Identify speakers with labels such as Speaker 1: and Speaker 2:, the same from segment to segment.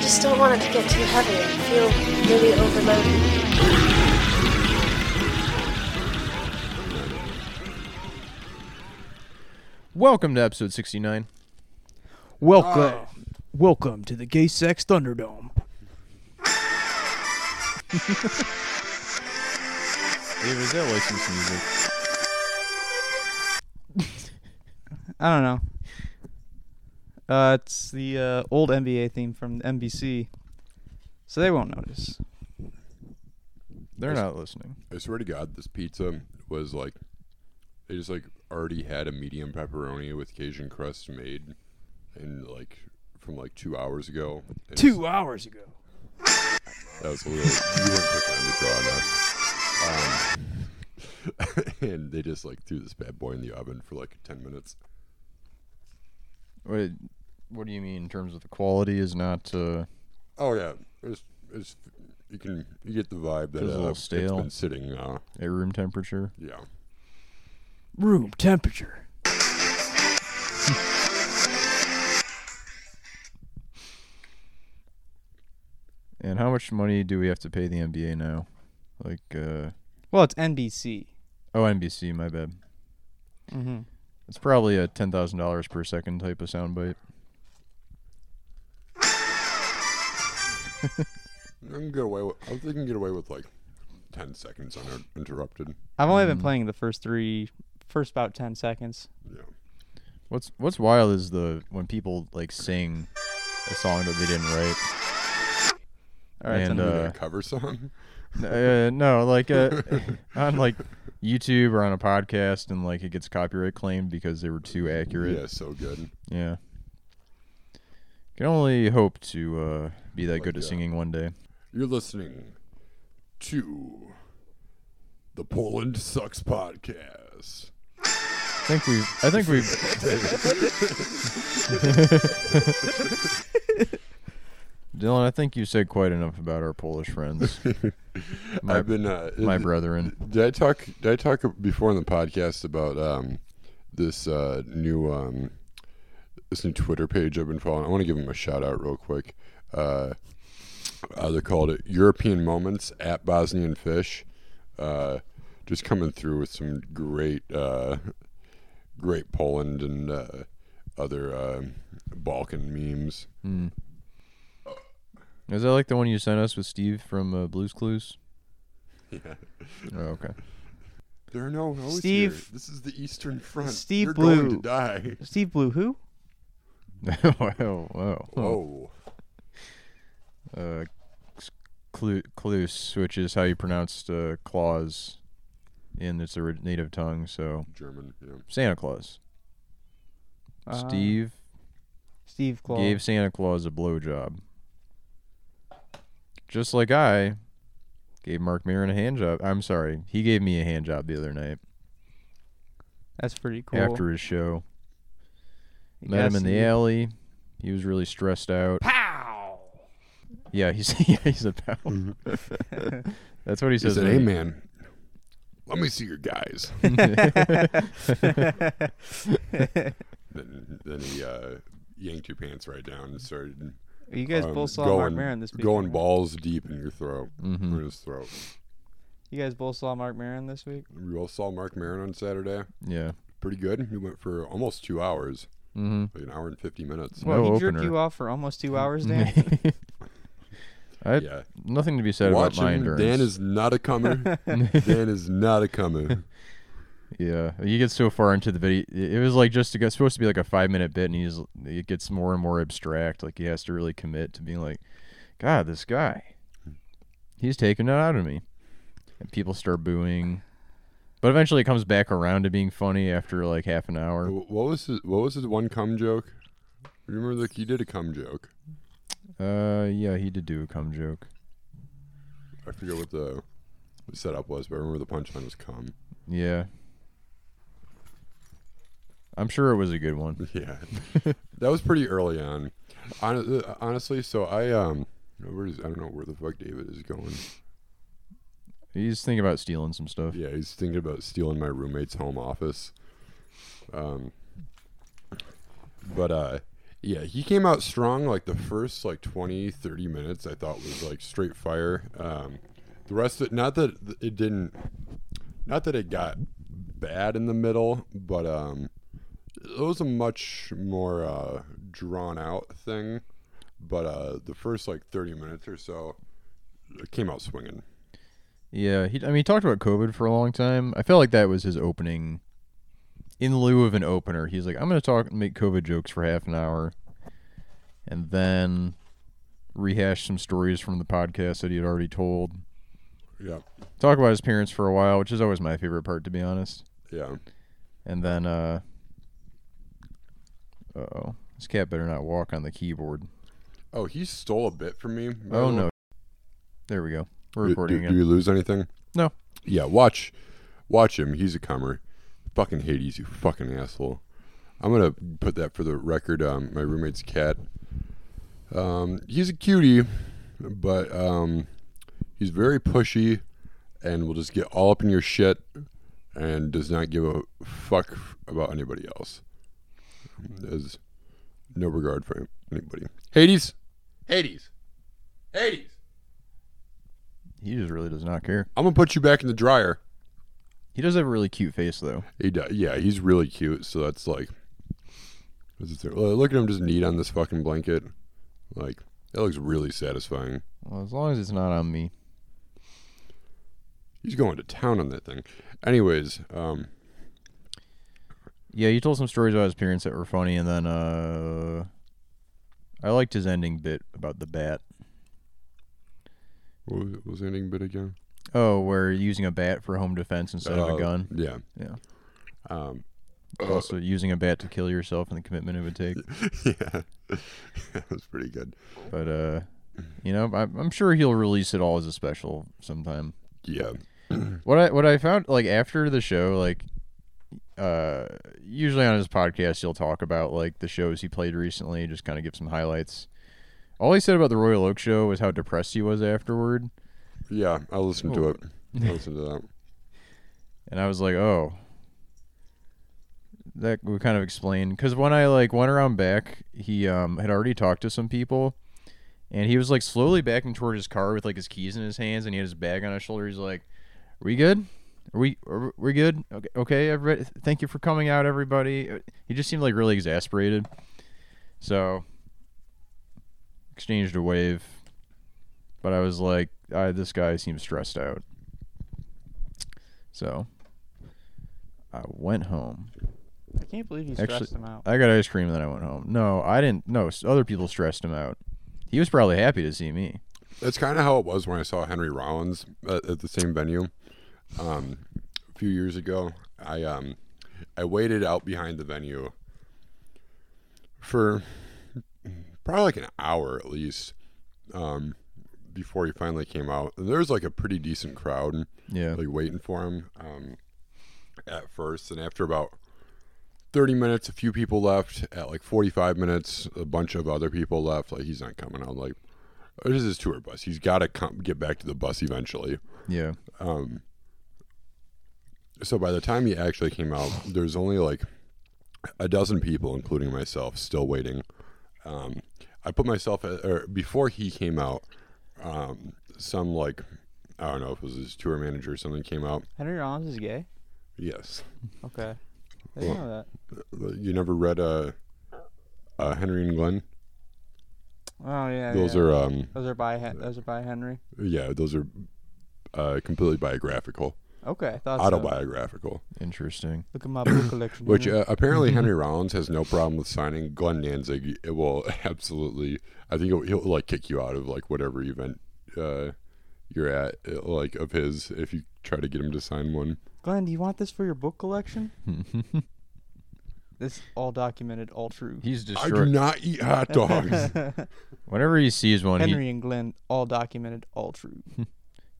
Speaker 1: just don't want it to get too heavy. I feel really overloaded.
Speaker 2: Welcome to episode 69.
Speaker 3: Welcome,
Speaker 4: Oh.
Speaker 3: welcome to the Gay Sex Thunderdome.
Speaker 2: Dave, is that licensed music?
Speaker 4: I don't know. Uh, it's the uh, old NBA theme from NBC, so they won't notice.
Speaker 2: They're not listening.
Speaker 5: I swear to God, this pizza was like they just like already had a medium pepperoni with Cajun crust made, and like from like two hours ago. And
Speaker 3: Two hours ago.
Speaker 5: That was a little. You weren't quick on the draw enough. Um, and they just like threw this bad boy in the oven for like ten minutes.
Speaker 2: What, what do you mean in terms of the quality is not. Uh,
Speaker 5: Oh yeah, it's it's you can you get the vibe that
Speaker 2: Feels a little
Speaker 5: uh,
Speaker 2: stale.
Speaker 5: it's been sitting. Uh,
Speaker 2: at room temperature.
Speaker 5: yeah,
Speaker 3: Room temperature.
Speaker 2: And how much money do we have to pay the NBA now? Like, uh,
Speaker 4: Well, it's NBC.
Speaker 2: oh, NBC, my bad.
Speaker 4: Mm-hmm.
Speaker 2: It's probably a $10,000 per second type of soundbite.
Speaker 5: I can get away. With, I think you can get away with like ten seconds uninterrupted.
Speaker 4: I've only
Speaker 3: Hmm.
Speaker 4: been playing the first three, first about ten seconds.
Speaker 5: Yeah.
Speaker 2: What's What's wild is the when people like sing a song that they didn't write.
Speaker 4: All right, it's
Speaker 2: And,
Speaker 4: enough.
Speaker 2: uh,
Speaker 5: A cover song?
Speaker 2: uh, no, like uh, on like YouTube or on a podcast, and like it gets copyright claimed because they were too accurate.
Speaker 5: Yeah, so good.
Speaker 2: Yeah. Can only hope to uh, be that good at
Speaker 5: yeah.
Speaker 2: singing one day.
Speaker 5: You're listening to the Poland Sucks Podcast.
Speaker 2: I think we. I think we. Dylan, I think you said quite enough about our Polish friends, My-
Speaker 5: I've been uh,
Speaker 2: my
Speaker 5: did-
Speaker 2: brethren.
Speaker 5: Did I talk? Did I talk before in the podcast about um, this uh, new um, this new Twitter page I've been following? I want to give them a shout out real quick. Uh, uh, they called it European Moments at Bosnian Fish. Uh, just coming through with some great, uh, great Poland and uh, other uh, Balkan memes.
Speaker 2: Hmm. Is that like the one you sent us with Steve from uh, Blues Clues? Yeah. Oh, okay.
Speaker 5: There are no hoes
Speaker 4: Steve-
Speaker 5: here. This is the Eastern Front.
Speaker 4: Steve
Speaker 5: You're going
Speaker 4: Blue.
Speaker 5: to die.
Speaker 4: Steve Blue, who?
Speaker 2: wow. Wow.
Speaker 5: Oh.
Speaker 2: uh, clu- Clus, which is how you pronounced uh, claws in its ori- native tongue. So
Speaker 5: German. Yeah.
Speaker 2: Santa Claus.
Speaker 4: Uh,
Speaker 2: Steve
Speaker 4: Steve Claw.
Speaker 2: gave Santa Claus a blowjob. Just like I gave Mark Maron a hand job. I'm sorry, he gave me a hand job the other night
Speaker 4: That's pretty cool.
Speaker 2: after his show.
Speaker 4: You
Speaker 2: Met
Speaker 4: gotta
Speaker 2: him in
Speaker 4: see-
Speaker 2: the alley. He was really stressed out. Pow! Yeah, he's yeah, he's a pow.
Speaker 5: Mm-hmm.
Speaker 2: That's what he
Speaker 5: He
Speaker 2: says.
Speaker 5: said,
Speaker 2: when
Speaker 5: "Hey,
Speaker 2: he-
Speaker 5: man, let me see your guys." then, then he uh, yanked your pants right down and started.
Speaker 4: You guys
Speaker 2: Uh,
Speaker 5: um,
Speaker 4: both saw
Speaker 5: going,
Speaker 4: Mark Maron this week.
Speaker 5: Going balls deep in your throat,
Speaker 2: Mm-hmm.
Speaker 5: in his throat.
Speaker 4: You guys both saw Mark Maron this week.
Speaker 5: We all saw Mark Maron on Saturday.
Speaker 2: Yeah.
Speaker 5: Pretty good. He went for almost two hours,
Speaker 2: Mm-hmm.
Speaker 5: like an hour and fifty minutes.
Speaker 2: Well,
Speaker 4: he
Speaker 2: No
Speaker 4: jerked
Speaker 2: opener.
Speaker 4: you off for almost two hours, Dan.
Speaker 2: I
Speaker 5: yeah,
Speaker 2: Mm-hmm. nothing to be said
Speaker 5: watch
Speaker 2: about my
Speaker 5: him.
Speaker 2: endurance.
Speaker 5: Dan is not a comer. Dan is not a comer.
Speaker 2: yeah, you get so far into the video, it it was like just to get supposed to be like a five minute bit, and he's it gets more and more abstract. Like he has to really commit to being like, God, this guy, he's taking it out of me, and people start booing. But eventually, it comes back around to being funny after like half an hour.
Speaker 5: Wh- What was his, what was his one cum joke? Remember, like he did a cum joke.
Speaker 2: Uh, yeah, he did do a cum joke.
Speaker 5: I forget what the setup was, but I remember the punchline was cum.
Speaker 2: Yeah, I'm sure it was a good one.
Speaker 5: Yeah, that was pretty early on. Hon- uh, Honestly, so I um, where is I don't know where the fuck David is going.
Speaker 2: He's thinking about stealing some stuff.
Speaker 5: Yeah, he's thinking about stealing my roommate's home office. Um, but uh, yeah, he came out strong like the first like 20, 30 minutes I thought was like straight fire. Um, the rest of it, not that th- it didn't, not that it got bad in the middle, but um, it was a much more uh, drawn out thing. But uh, the first like 30 minutes or so, it came out swinging.
Speaker 2: Yeah, he. I mean, he talked about COVID for a long time. I felt like that was his opening. In lieu of an opener, he's like, "I'm going to talk, make COVID jokes for half an hour, and then rehash some stories from the podcast that he had already told.
Speaker 5: Yeah,
Speaker 2: Talk about his parents for a while, which is always my favorite part, to be honest.
Speaker 5: yeah.
Speaker 2: And then, uh, oh, this cat better not walk on the keyboard.
Speaker 5: Oh, he stole a bit from me. by
Speaker 2: Oh
Speaker 5: the way.
Speaker 2: no, there we go. We're
Speaker 5: Do-
Speaker 2: recording
Speaker 5: do,
Speaker 2: again.
Speaker 5: do you lose anything?
Speaker 2: No.
Speaker 5: Yeah, watch, watch him. He's a comer. Fucking Hades, you fucking asshole. I'm gonna put that for the record. Um, my roommate's cat. Um, he's a cutie, but um, he's very pushy, and will just get all up in your shit, and does not give a fuck about anybody else. There's no regard for anybody. Hades, Hades, Hades.
Speaker 2: He just really does not care.
Speaker 5: I'm gonna put you back in the dryer.
Speaker 2: He does have a really cute face though.
Speaker 5: He do- yeah, he's really cute. So that's like, what's it say? Well, look at him just knead on this fucking blanket. Like that looks really satisfying.
Speaker 2: Well, as long as it's not on me.
Speaker 5: He's going to town on that thing. Anyways, um,
Speaker 2: Yeah, he told some stories about his parents that were funny, and then uh, I liked his ending bit about the bat.
Speaker 5: what was, what was the ending bit again?
Speaker 2: Oh, where using a bat for home defense instead of
Speaker 5: Uh,
Speaker 2: a gun.
Speaker 5: Yeah,
Speaker 2: Yeah.
Speaker 5: Um,
Speaker 2: Also, using a bat to kill yourself and the commitment it would take.
Speaker 5: yeah, that was pretty good.
Speaker 2: But uh, you know, I, I'm sure he'll release it all as a special sometime.
Speaker 5: Yeah,
Speaker 2: What I what I found like after the show, like uh usually on his podcast he'll talk about like the shows he played recently, just kind of give some highlights. All he said about the Royal Oak show was how depressed he was afterward,
Speaker 5: yeah. I'll listen
Speaker 2: Oh.
Speaker 5: to it. I'll listen to that.
Speaker 2: and I was like, "Oh, that would kind of explain." Because when I like went around back, he um had already talked to some people, and he was like slowly backing toward his car with like his keys in his hands, and he had his bag on his shoulder. He's like, "Are we good? Are we are we good? Okay, okay, everybody. Thank you for coming out, everybody." Uh, He just seemed like really exasperated, so exchanged a wave, but I was like, I, "This guy seems stressed out." So I went home.
Speaker 4: I can't believe you
Speaker 2: Actually-
Speaker 4: stressed him out.
Speaker 2: I got ice cream and then I went home. No, I didn't. No, s- other people stressed him out. He was probably happy to see me.
Speaker 5: That's kind of how it was when I saw Henry Rollins uh, at, at the same venue um, a few years ago. I um, I waited out behind the venue for probably like an hour at least um, before he finally came out. And there was like a pretty decent crowd
Speaker 2: Yeah.
Speaker 5: like waiting for him um, at first, and after about thirty minutes, a few people left. At like forty-five minutes, a bunch of other people left. Like he's not coming. I'm like, "Oh, this is his tour bus. He's got to come get back to the bus eventually.
Speaker 2: Yeah.
Speaker 5: Um, so by the time he actually came out, there's only like a dozen people, including myself, still waiting. Um, I put myself at, or before he came out, um, some like I don't know if it was his tour manager or something came out.
Speaker 4: Henry Rollins is gay.
Speaker 5: Yes,
Speaker 4: Okay. I didn't know that.
Speaker 5: you never read uh, uh Henry and Glenn.
Speaker 4: Oh yeah.
Speaker 5: Those
Speaker 4: yeah.
Speaker 5: are um,
Speaker 4: those are by Hen- those are by Henry.
Speaker 5: yeah, those are uh, completely biographical,
Speaker 4: Okay, I thought so.
Speaker 5: autobiographical.
Speaker 2: Interesting.
Speaker 4: Look at my book collection.
Speaker 5: Which
Speaker 4: here.
Speaker 5: uh, apparently Henry Rollins has no problem with signing Glenn Danzig. It will absolutely. I think he'll, he'll like kick you out of like whatever event uh, you're at, uh, like of his, if you try to get him to sign one.
Speaker 4: Glenn, do you want this for your book collection? This all documented, all true.
Speaker 2: He's
Speaker 5: I do
Speaker 2: destroyed.
Speaker 5: not eat hot dogs.
Speaker 2: Whenever he sees one, he,
Speaker 4: Henry and Glenn, all documented, all true.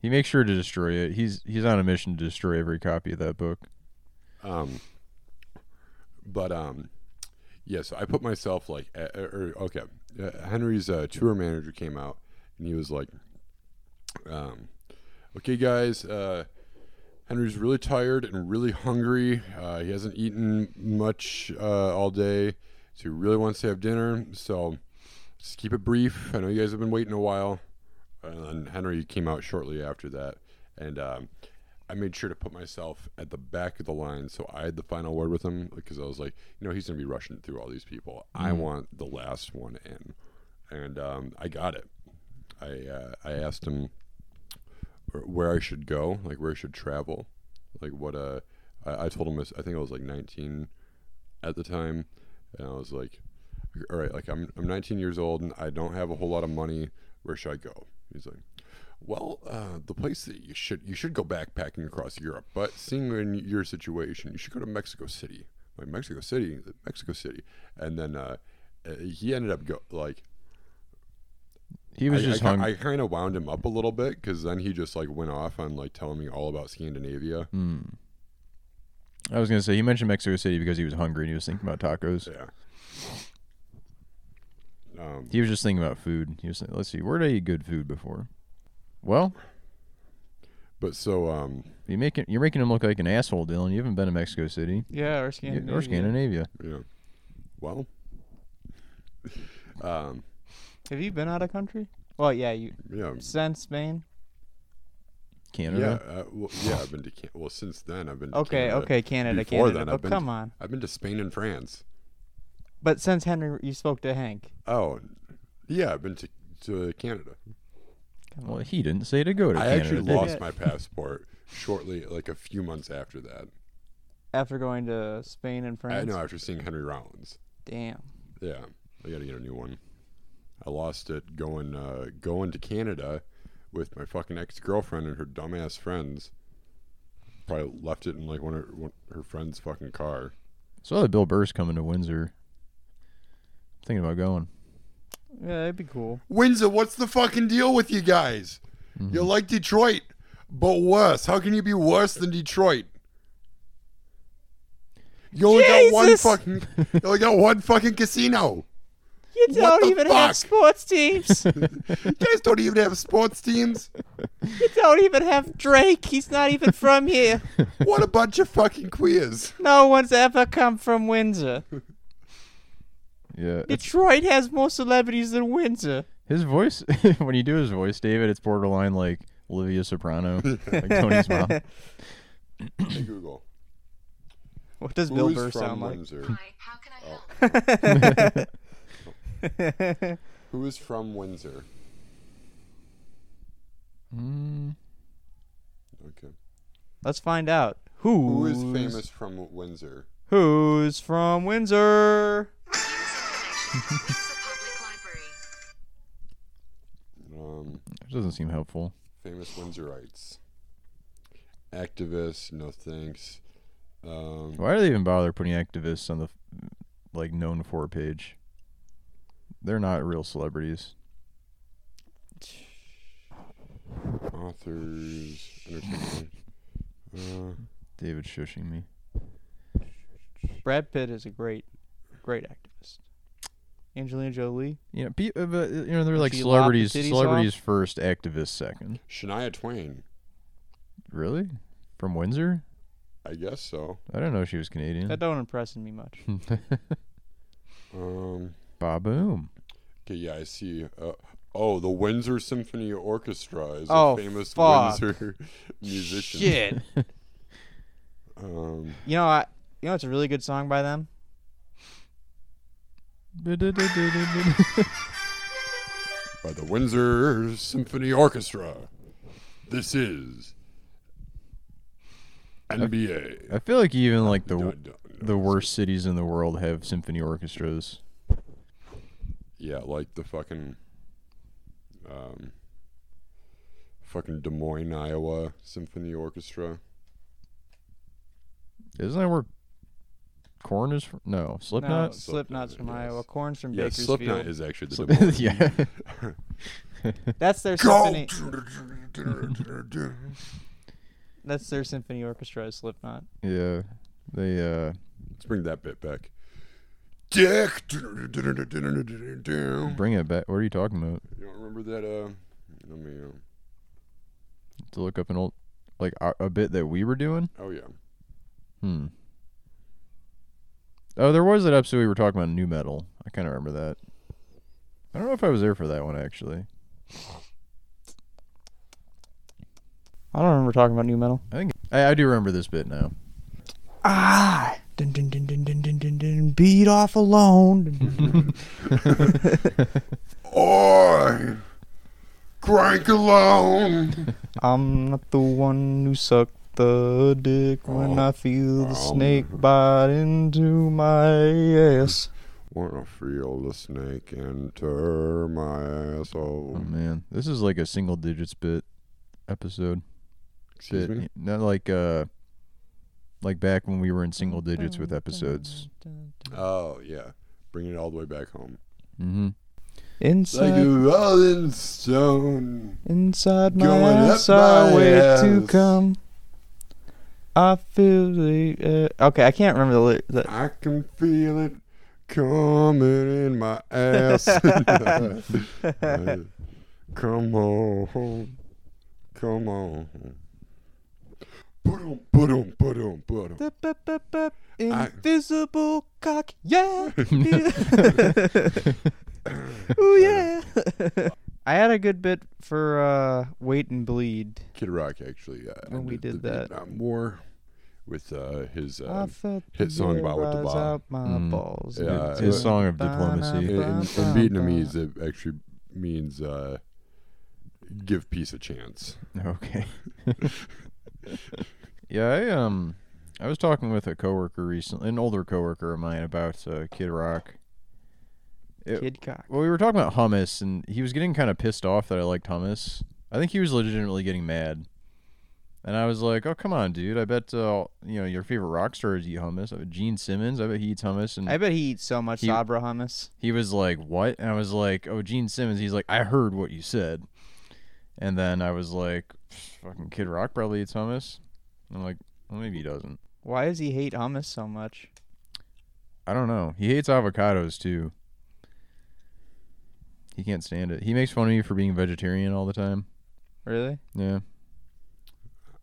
Speaker 2: he makes sure to destroy it. He's he's on a mission to destroy every copy of that book.
Speaker 5: um, but um, yeah. So I put myself like, uh, or okay, uh, Henry's uh, tour manager came out and he was like, um, okay, guys, uh, Henry's really tired and really hungry. Uh, he hasn't eaten much uh, all day. So he really wants to have dinner. So just keep it brief. I know you guys have been waiting a while. And then Henry came out shortly after that. And um, I made sure to put myself at the back of the line. So I had the final word with him because I was like, you know, he's going to be rushing through all these people. I want the last one in. And um, I got it. I, uh, I asked him where- where I should go, like where I should travel, like what uh, I, I told him this. I think I was like 19 at the time, and I was like, all right, like I'm I'm 19 years old and I don't have a whole lot of money. Where should I go? He's like, well, uh, the place that you should you should go backpacking across Europe, but seeing in your situation, you should go to Mexico City. Like Mexico City, Mexico City, and then uh, uh, he ended up go like
Speaker 2: He was
Speaker 5: I,
Speaker 2: just
Speaker 5: I,
Speaker 2: hung.
Speaker 5: I kind of wound him up a little bit because then he just like went off on like telling me all about Scandinavia.
Speaker 2: Mm. I was gonna say he mentioned Mexico City because he was hungry and he was thinking about tacos.
Speaker 5: Yeah. Um,
Speaker 2: He was just thinking about food. He was like, let's see, where did I eat good food before? Well,
Speaker 5: but so um,
Speaker 2: you make it, you're making him look like an asshole, Dylan. You haven't been to Mexico City
Speaker 4: Yeah, or
Speaker 2: Yeah,
Speaker 4: Scandinavia.
Speaker 2: or Scandinavia.
Speaker 5: yeah. Well, um,
Speaker 4: Have you been out of country? Well, yeah, you
Speaker 5: yeah,
Speaker 4: since Spain.
Speaker 2: Canada.
Speaker 5: yeah, uh, well, yeah. I've been to Can- well since then. I've been to
Speaker 4: Okay,
Speaker 5: Canada.
Speaker 4: okay, Canada,
Speaker 5: Before
Speaker 4: Canada.
Speaker 5: then, I've
Speaker 4: but
Speaker 5: been
Speaker 4: come
Speaker 5: to-
Speaker 4: on.
Speaker 5: I've been to Spain and France.
Speaker 4: But since Henry, you spoke to Hank.
Speaker 5: Oh, yeah, I've been to to Canada.
Speaker 2: Well, he didn't say to go to
Speaker 5: I
Speaker 2: Canada.
Speaker 5: actually
Speaker 2: did he?
Speaker 5: lost my passport shortly, like a few months after that.
Speaker 4: after going to Spain and France.
Speaker 5: I know after seeing Henry Rollins.
Speaker 4: Damn.
Speaker 5: Yeah, I gotta get a new one. I lost it going uh, going to Canada with my fucking ex girlfriend and her dumbass friends. Probably left it in like one of her, one, her friend's fucking car.
Speaker 2: Saw that Bill Burr's coming to Windsor. Thinking about going.
Speaker 4: Yeah, that'd be cool.
Speaker 5: Windsor, what's the fucking deal with you guys? You're like Detroit, but worse. How can you be worse than Detroit? You only got one
Speaker 4: Jesus!
Speaker 5: fucking. You only got one fucking casino.
Speaker 4: You
Speaker 5: What don't the even have fuck?
Speaker 4: sports teams.
Speaker 5: You guys don't even have sports teams.
Speaker 4: you don't even have Drake. He's not even from here.
Speaker 5: What a bunch of fucking queers.
Speaker 4: No one's ever come from Windsor.
Speaker 2: Yeah. it's-
Speaker 4: Detroit has more celebrities than Windsor.
Speaker 2: His voice, when you do his voice, David, it's borderline like Olivia Soprano, like Tony's mom.
Speaker 5: Hey Google.
Speaker 4: What does Bill
Speaker 5: Who's
Speaker 4: Burr
Speaker 5: from
Speaker 4: sound like?
Speaker 5: Windsor?
Speaker 1: Hi, how can I help?
Speaker 5: Who is from Windsor?
Speaker 2: Mm,
Speaker 5: Okay.
Speaker 4: Let's find out. Who's,
Speaker 5: Who is famous from Windsor?
Speaker 4: Who's from Windsor?
Speaker 1: The public library.
Speaker 5: Um,
Speaker 2: that doesn't seem helpful.
Speaker 5: famous Windsorites. Activists, no thanks. Um,
Speaker 2: Why do they even bother putting activists on the like known for page? They're not real celebrities.
Speaker 5: authors, entertainment. Uh,
Speaker 2: David shushing me.
Speaker 4: Brad Pitt is a great, great activist. Angelina Jolie.
Speaker 2: You know, pe- uh, but, uh, you know they're like
Speaker 4: she lopped the
Speaker 2: celebrities.
Speaker 4: titties
Speaker 2: Celebrities first, activists second.
Speaker 5: Shania Twain.
Speaker 2: Really? From Windsor?
Speaker 5: I guess so.
Speaker 2: I don't know. She was Canadian.
Speaker 4: That don't impress me much.
Speaker 5: Um,
Speaker 2: Baboom.
Speaker 5: okay, yeah, I see. Uh, oh, the Windsor Symphony Orchestra is
Speaker 4: Oh,
Speaker 5: a famous
Speaker 4: fuck.
Speaker 5: Windsor musician.
Speaker 4: Shit.
Speaker 5: Um,
Speaker 4: You know, I, you know, it's a really good song by them.
Speaker 5: by the Windsor Symphony Orchestra. This is NBA.
Speaker 2: I feel like even like the
Speaker 5: Dun, dun, dun.
Speaker 2: the worst cities in the world have symphony orchestras.
Speaker 5: Yeah, like the fucking, um, fucking Des Moines, Iowa Symphony Orchestra.
Speaker 2: Isn't that where corn is from? No,
Speaker 4: No,
Speaker 2: Slipknot?
Speaker 4: Slipknot's from
Speaker 5: yes.
Speaker 4: Iowa. Corn's from
Speaker 5: Yeah,
Speaker 4: Bakersfield.
Speaker 5: Slipknot is actually the Des Moines.
Speaker 2: yeah.
Speaker 4: That's their
Speaker 5: Go!
Speaker 4: symphony. That's their symphony orchestra. Is Slipknot.
Speaker 2: Yeah. They uh
Speaker 5: Let's bring that bit back. Dick. You
Speaker 2: bring it back. What are you talking about?
Speaker 5: don't remember that? Uh, let me. Uh,
Speaker 2: To look up an old like a, a bit that we were doing?
Speaker 5: oh yeah.
Speaker 2: Hmm. Oh, there was that episode we were talking about new metal. I kind of remember that. I don't know if I was there for that one actually.
Speaker 4: I don't remember talking about new metal.
Speaker 2: I, I do remember this bit now.
Speaker 3: Ah. Dun, dun, dun, dun, dun, dun, dun, dun, beat off alone. Dun, dun, dun.
Speaker 5: Oi! Crank alone!
Speaker 4: I'm not the one who sucked the dick when I feel the
Speaker 5: Oh.
Speaker 4: snake bite into my ass.
Speaker 5: Wanna feel the snake enter my asshole.
Speaker 2: Oh man, this is like a single digits bit episode.
Speaker 5: Excuse
Speaker 2: Bit-
Speaker 5: me?
Speaker 2: Not like uh, like back when we were in single digits with episodes.
Speaker 5: Oh, yeah. Bring it all the way back home.
Speaker 2: Mm-hmm.
Speaker 5: Like
Speaker 4: Inside,
Speaker 5: a rolling stone.
Speaker 4: inside my
Speaker 5: going up
Speaker 4: ass, I
Speaker 5: my
Speaker 4: wait to
Speaker 5: ass.
Speaker 4: come. I feel the. Uh, okay, I can't remember the. Li- the
Speaker 5: I can feel it coming in my ass. Come on. Come on. Boom, boom, boom, boom. I-
Speaker 4: Invisible cock, yeah. Ooh yeah. I had a good bit for uh, wait and bleed.
Speaker 5: Kid Rock actually. Uh,
Speaker 4: When we
Speaker 5: ended
Speaker 4: did
Speaker 5: the
Speaker 4: that.
Speaker 5: Vietnam War with uh, his.
Speaker 4: I
Speaker 5: Uh,
Speaker 4: felt
Speaker 5: hit
Speaker 4: the
Speaker 5: song
Speaker 4: air
Speaker 5: about with the
Speaker 4: rise
Speaker 5: bomb.
Speaker 4: out my
Speaker 2: Mm.
Speaker 4: balls.
Speaker 5: Yeah,
Speaker 2: it's
Speaker 5: it
Speaker 2: his
Speaker 5: was-
Speaker 2: song of
Speaker 5: in,
Speaker 2: diplomacy.
Speaker 4: Ba-na-ba.
Speaker 5: in, in Vietnamese, it actually means uh, give peace a chance.
Speaker 2: Okay. yeah, I um, I was talking with a coworker recently, an older coworker of mine, about uh, Kid Rock. It-
Speaker 4: Kid cock.
Speaker 2: Well, we were talking about hummus, and he was getting kind of pissed off that I liked hummus. I think he was legitimately getting mad. And I was like, "Oh, come on, dude! I bet uh, you know your favorite rock stars eat hummus. I bet Gene Simmons. I bet he eats hummus." And
Speaker 4: I bet he eats so much
Speaker 2: Mm. He-
Speaker 4: Sabra hummus.
Speaker 2: he was like, "What?" And I was like, "Oh, Gene Simmons." He's like, "I heard what you said." And then I was like, "Fucking Kid Rock probably eats hummus." And I'm like, "Well, maybe he doesn't.
Speaker 4: Why does he hate hummus so much?
Speaker 2: I don't know. He hates avocados too. He can't stand it. He makes fun of me for being vegetarian all the time.
Speaker 4: Really?
Speaker 2: Yeah,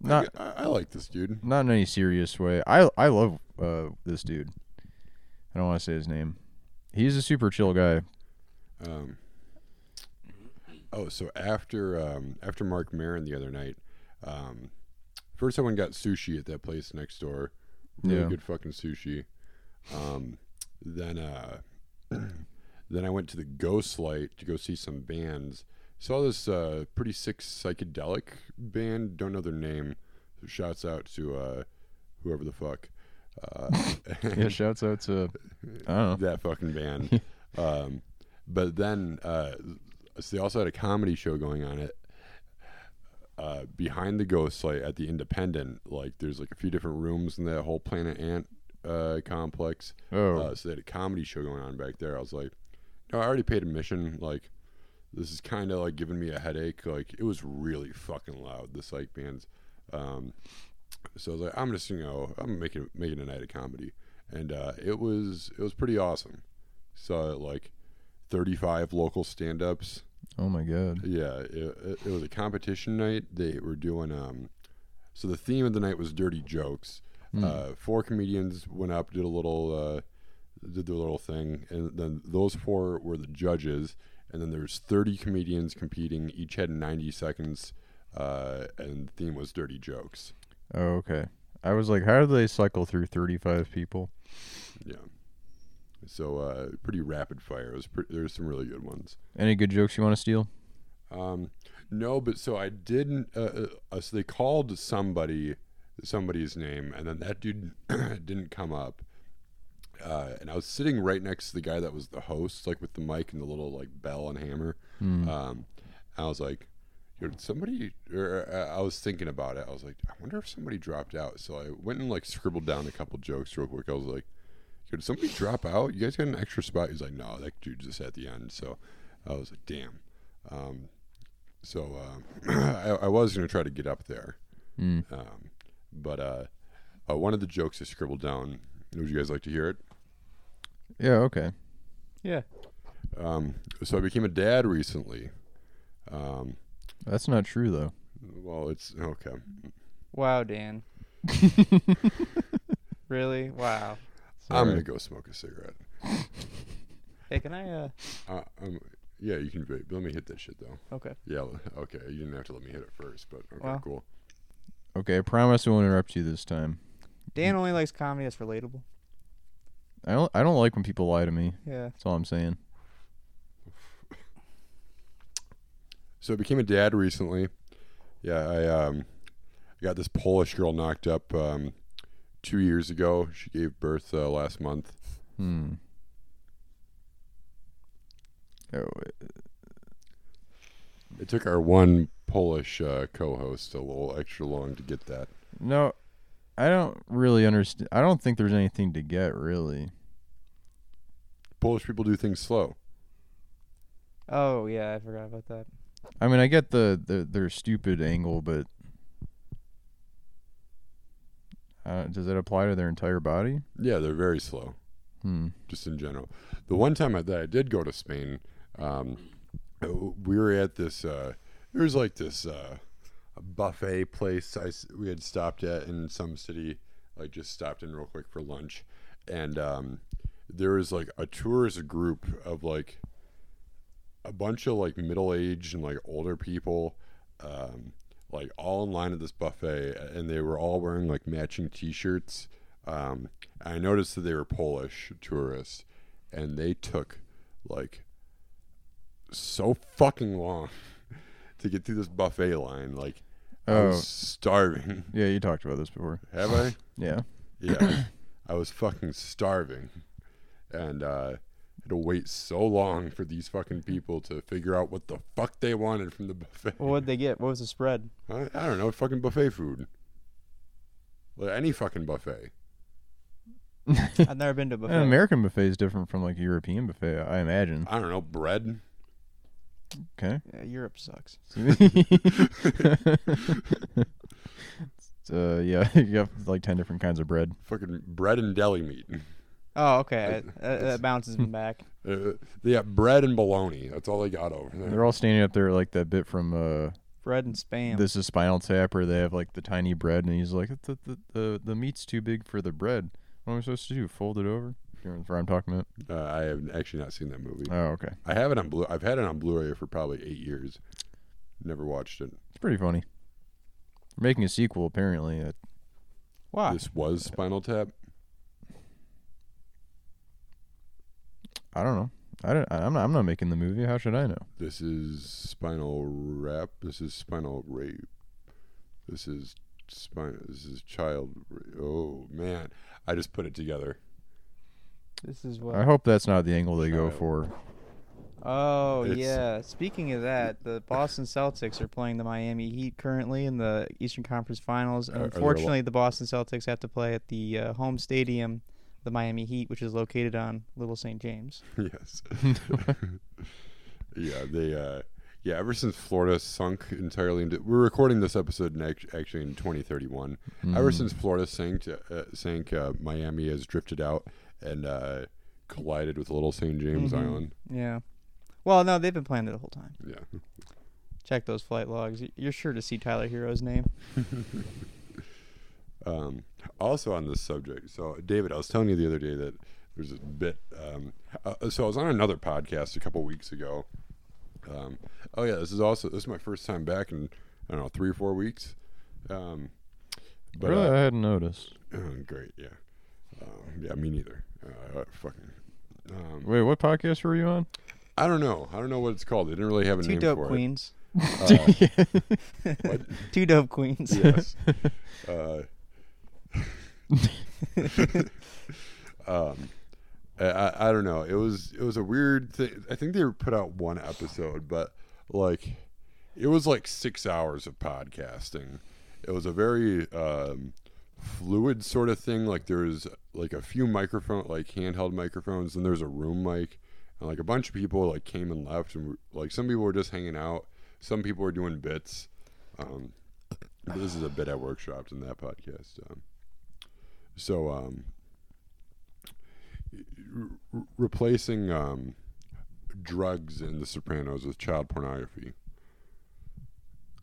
Speaker 5: I
Speaker 2: Not-
Speaker 5: g- I, I like this dude.
Speaker 2: not in any serious way. I I love uh, this dude. I don't want to say his name. He's a super chill guy.
Speaker 5: Um, oh, so after um, after Mark Maron the other night, um, first I went and got sushi at that place next door. Really
Speaker 2: Yeah.
Speaker 5: good fucking sushi. Um, then uh, then I went to the Ghost Light to go see some bands. Saw this uh, pretty sick psychedelic band. Don't know their name. Shouts out to uh, whoever the fuck. Uh,
Speaker 2: Yeah, shouts out to I don't know.
Speaker 5: that fucking band. um, but then, uh, so they also had a comedy show going on it uh, behind the ghost light at the Independent. Like, there's like a few different rooms in that whole Planet Ant uh, complex.
Speaker 2: Oh,
Speaker 5: Uh, so they had a comedy show going on back there. I was like, no, I already paid admission. Like, this is kind of like giving me a headache. Like, it was really fucking loud. The psych bands. Um, so I was like, I'm just you know, I'm making making a night of comedy, and uh, it was it was pretty awesome. Saw like 35 local stand-ups.
Speaker 2: oh my god.
Speaker 5: Yeah, it, it, it was a competition night. They were doing um, so the theme of the night was dirty jokes. Uh, four comedians went up, did a little, uh, did their little thing, and then those four were the judges. And then there was thirty comedians competing. Each had ninety seconds, uh, and the theme was dirty jokes.
Speaker 2: Oh, okay. I was like, how do they cycle through 35 people?
Speaker 5: Yeah. So uh, pretty rapid fire. It was pre- there's some really good ones.
Speaker 2: Any good jokes you want to steal?
Speaker 5: Um, no, but so I didn't. Uh, uh, uh, so they called somebody, somebody's name, and then that dude didn't come up. Uh, and I was sitting right next to the guy that was the host, like with the mic and the little like bell and hammer. Um, I was like, "Yo, did somebody?" Or uh, I was thinking about it. I was like, "I wonder if somebody dropped out." So I went and like scribbled down a couple jokes real quick. I was like, "Yo, did somebody drop out? You guys got an extra spot?" He's like, "No, that dude's just at the end." So I was like, "Damn." Um, so um, I, I was going to try to get up there,
Speaker 2: Mm.
Speaker 5: um, but uh, uh, one of the jokes I scribbled down. Would you guys like to hear it?
Speaker 2: Yeah, okay.
Speaker 4: Yeah.
Speaker 5: Um, so I became a dad recently. Um,
Speaker 2: That's not true, though.
Speaker 5: well, it's okay.
Speaker 4: Wow, Dan. really? Wow.
Speaker 5: I'm
Speaker 2: Sorry.
Speaker 5: gonna go smoke a cigarette.
Speaker 4: Hey, can I? Uh,
Speaker 5: Uh, um, yeah, you can vape. Let me hit that shit though.
Speaker 4: okay.
Speaker 5: Yeah. l- Okay. You didn't have to let me hit it first, but okay,
Speaker 4: Wow.
Speaker 5: cool.
Speaker 2: Okay, I promise I won't interrupt you this time.
Speaker 4: Dan only likes comedy that's relatable.
Speaker 2: I don't. I don't like when people lie to me.
Speaker 4: Yeah.
Speaker 2: That's all I'm saying.
Speaker 5: So I became a dad recently. Yeah, I um, got this Polish girl knocked up um, two years ago. She gave birth uh, last month.
Speaker 2: Hmm. Oh,
Speaker 5: It took our one Polish uh, co-host a little extra long to get that.
Speaker 2: No, I don't really understand. I don't think there's anything to get really.
Speaker 5: Polish people do things slow.
Speaker 4: Oh yeah, I forgot about that.
Speaker 2: I mean, I get the, the their stupid angle, but uh, does it apply to their entire body?
Speaker 5: Yeah, they're very slow.
Speaker 2: Hmm.
Speaker 5: just in general. The one time I, that I did go to Spain, um, we were at this. Uh, there was like this uh, buffet place I s we had stopped at in some city, like just stopped in real quick for lunch, and um, there was like a tourist group of like a bunch of like middle aged and like older people. Um, like all in line at this buffet, and they were all wearing like matching T-shirts. Um, I noticed that they were Polish tourists, and they took like so fucking long to get through this buffet line. Like I
Speaker 2: Oh.
Speaker 5: was starving.
Speaker 2: Yeah, you talked about this before.
Speaker 5: Have I?
Speaker 2: Yeah.
Speaker 5: Yeah, I was fucking starving, and uh, had to wait so long for these fucking people to figure out what the fuck they wanted from the buffet.
Speaker 4: Well, what'd they get? What was the spread?
Speaker 5: I, I don't know, fucking buffet food. Like any fucking buffet.
Speaker 4: I've never been to a buffet.
Speaker 2: An American buffet is different from like a European buffet, I imagine.
Speaker 5: I don't know, bread.
Speaker 2: Okay.
Speaker 4: Yeah, Europe sucks.
Speaker 2: uh, yeah, you have like ten different kinds of bread.
Speaker 5: Fucking bread and deli meat.
Speaker 4: Oh, okay. I- that- that bounces me back.
Speaker 5: Uh, they got bread and bologna. That's all they got over there.
Speaker 2: They're all standing up there like that bit from uh,
Speaker 4: Bread and spam.
Speaker 2: this is Spinal Tap, where they have like the tiny bread, and he's like, the the, the, the meat's too big for the bread. What am I supposed to do? Fold it over? You know what I'm talking about?
Speaker 5: Uh, I have actually not seen that movie.
Speaker 2: Oh, okay.
Speaker 5: I have it on blue. I've had it on Blu-ray for probably eight years. Never watched it.
Speaker 2: It's pretty funny. They're making a sequel apparently. Uh,
Speaker 4: Why?
Speaker 5: This was Spinal Tap.
Speaker 2: I don't know. I don't. I- I'm not. I'm not making the movie. How should I know?
Speaker 5: This is Spinal Rap. This is Spinal Rape. This is spinal. This is Child. Ra- Oh man, I just put it together.
Speaker 4: This is
Speaker 2: I
Speaker 4: what.
Speaker 2: hope that's not the angle they go
Speaker 5: Child.
Speaker 2: for.
Speaker 4: Oh
Speaker 5: It's-
Speaker 4: yeah. Speaking of that, the Boston Celtics are playing the Miami Heat currently in the Eastern Conference Finals.
Speaker 5: are they lo-
Speaker 4: Unfortunately, the Boston Celtics have to play at the uh, home stadium, the Miami Heat, which is located on Little St. James.
Speaker 5: yes. yeah, they. Uh, yeah, ever since Florida sunk entirely into, we're recording this episode in act- actually in 2031. Ever since Florida sank, to, uh, sank, uh, Miami has drifted out and uh, collided with Little St. James
Speaker 4: Mhm.
Speaker 5: Island.
Speaker 4: Yeah. Well, no, they've been playing it the whole time.
Speaker 5: Yeah,
Speaker 4: Check those flight logs. Y- You're sure to see Tyler Hero's name.
Speaker 5: Um, also on this subject, so David, I was telling you the other day that there's a bit. Um, uh, so I was on another podcast a couple weeks ago. Um, oh yeah, this is also this is my first time back in I don't know three or four weeks. Um, but
Speaker 2: really,
Speaker 5: uh, oh,
Speaker 2: I hadn't noticed.
Speaker 5: great, yeah, um, yeah, me neither. Uh, I fucking, um,
Speaker 2: Wait, what podcast were you on?
Speaker 5: I don't know. I don't know what it's called. They didn't really have a
Speaker 4: Two
Speaker 5: name
Speaker 4: dope
Speaker 5: for
Speaker 4: queens.
Speaker 5: it. Uh, what?
Speaker 4: Two dope queens.
Speaker 5: yes. Uh, um, I, I, I don't know. It was it was a weird thing. I think they put out one episode, but like it was like six hours of podcasting. It was a very um, fluid sort of thing. Like there was like a few microphone, like handheld microphones, and there's a room mic, and like a bunch of people like came and left, and like some people were just hanging out, some people were doing bits. Um, this is a bit I workshopped in that podcast. Um, so, um, re- replacing um, drugs in The Sopranos with child pornography.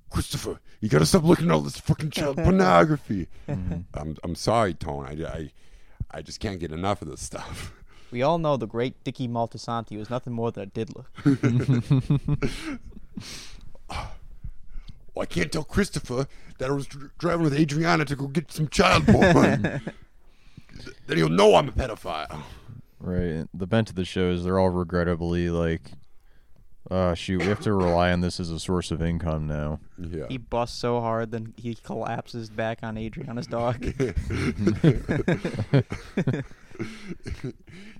Speaker 5: Christopher, you gotta stop looking at all this fucking child pornography. I'm, I'm sorry, Tone. I, I, I just can't get enough of this stuff.
Speaker 4: We all know the great Dicky Maltesanti was nothing more than a diddler.
Speaker 5: Well, I can't tell Christopher that I was dr- driving with Adriana to go get some child porn. Th- then he'll know I'm a pedophile.
Speaker 2: Right. and The bent of the show is they're all regrettably like, uh, shoot, we have to rely on this as a source of income now.
Speaker 5: Yeah.
Speaker 4: He busts so hard, then he collapses back on Adriana's dog.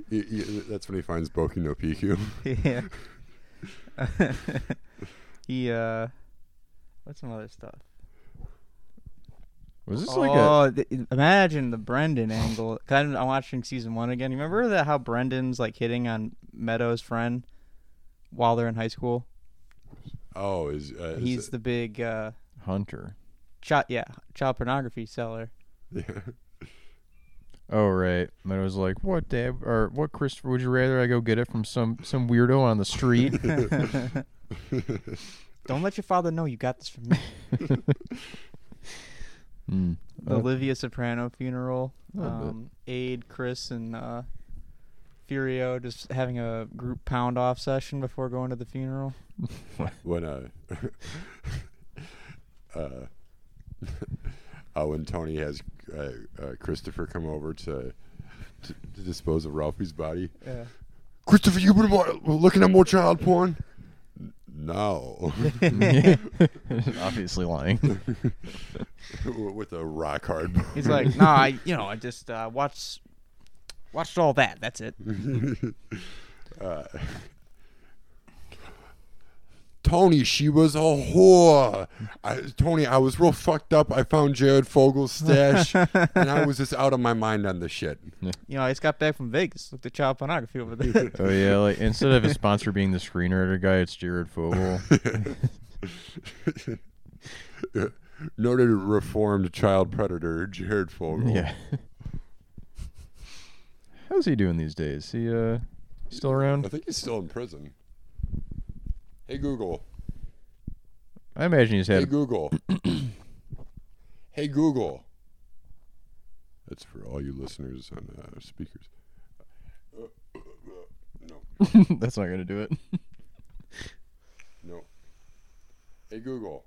Speaker 5: Y- y- that's when he finds Boku no Piku.
Speaker 4: yeah. he uh, what's some other stuff?
Speaker 2: Was this
Speaker 4: oh,
Speaker 2: like a
Speaker 4: the- imagine the Brendan angle. 'Cause I'm, I'm watching season one again. You remember that how Brendan's like hitting on Meadows' friend while they're in high school?
Speaker 5: Oh, is, uh, is
Speaker 4: He's
Speaker 5: it-
Speaker 4: the big uh,
Speaker 2: hunter?
Speaker 4: child, yeah, child pornography seller.
Speaker 5: yeah.
Speaker 2: Oh right. And I was like, what dad or what Christopher would you rather I go get it from some some weirdo on the street?
Speaker 4: Don't let your father know you got this from me.
Speaker 2: Hmm.
Speaker 4: The
Speaker 2: Oh.
Speaker 4: Olivia Soprano funeral.
Speaker 2: Little bit.
Speaker 4: Um, Aid, Chris, and uh, Furio just having a group pound off session before going to the funeral.
Speaker 5: when uh, uh, uh when Tony has uh, uh, Christopher come over to, to to dispose of Ralphie's body.
Speaker 4: Yeah.
Speaker 5: Christopher, you've been wa- looking at more child porn. N- No,
Speaker 2: Obviously lying.
Speaker 5: with a rock hard. bone.
Speaker 4: He's like, nah, I, you know, I just uh, watched watched all that. That's it.
Speaker 5: Tony, she was a whore. I, Tony, I was real fucked up. I found Jared Fogel's stash, and I was just out of my mind on this shit.
Speaker 4: You know, I just got back from Vegas. Looked at child pornography over there.
Speaker 2: oh yeah, like instead of his sponsor being the screenwriter guy, it's Jared Fogle.
Speaker 5: Noted reformed child predator Jared Fogle.
Speaker 2: yeah. How's he doing these days? He uh still
Speaker 5: I
Speaker 2: around?
Speaker 5: think he's still in prison. Hey Google.
Speaker 2: I imagine he's
Speaker 5: Hey
Speaker 2: had
Speaker 5: Google. hey Google. That's for all you listeners on uh, speakers. No,
Speaker 2: that's not gonna do it.
Speaker 5: no. Hey Google.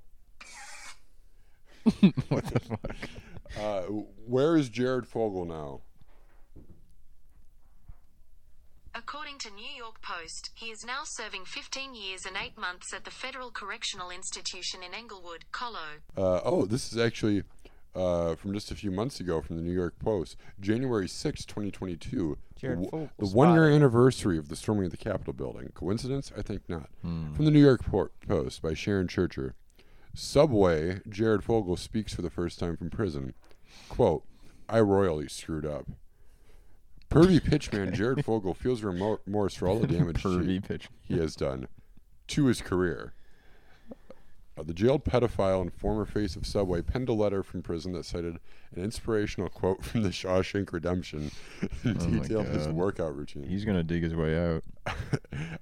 Speaker 2: what the fuck?
Speaker 5: Uh, where is Jared Fogle now?
Speaker 6: According to New York Post, he is now serving 15 years and 8 months at the Federal Correctional Institution in Englewood, Colo.
Speaker 5: Uh, oh, this is actually uh, from just a few months ago from the New York Post, January sixth, 2022.
Speaker 4: Jared
Speaker 5: the
Speaker 4: Fogle
Speaker 5: the
Speaker 4: spotted.
Speaker 5: one year anniversary of the storming of the Capitol building. Coincidence? I think not. From the New York Por- Post by Sharon Churcher. Subway, Jared Fogle speaks for the first time from prison. Quote, I royally screwed up. Pervy pitchman Jared Fogle feels remor- remorse for all the damage he-
Speaker 2: Pervy pitch.
Speaker 5: he has done to his career. Uh, the jailed pedophile and former face of Subway penned a letter from prison that cited an inspirational quote from The Shawshank Redemption and
Speaker 2: Oh my
Speaker 5: detailed his
Speaker 2: God.
Speaker 5: workout routine.
Speaker 2: He's gonna dig his way out.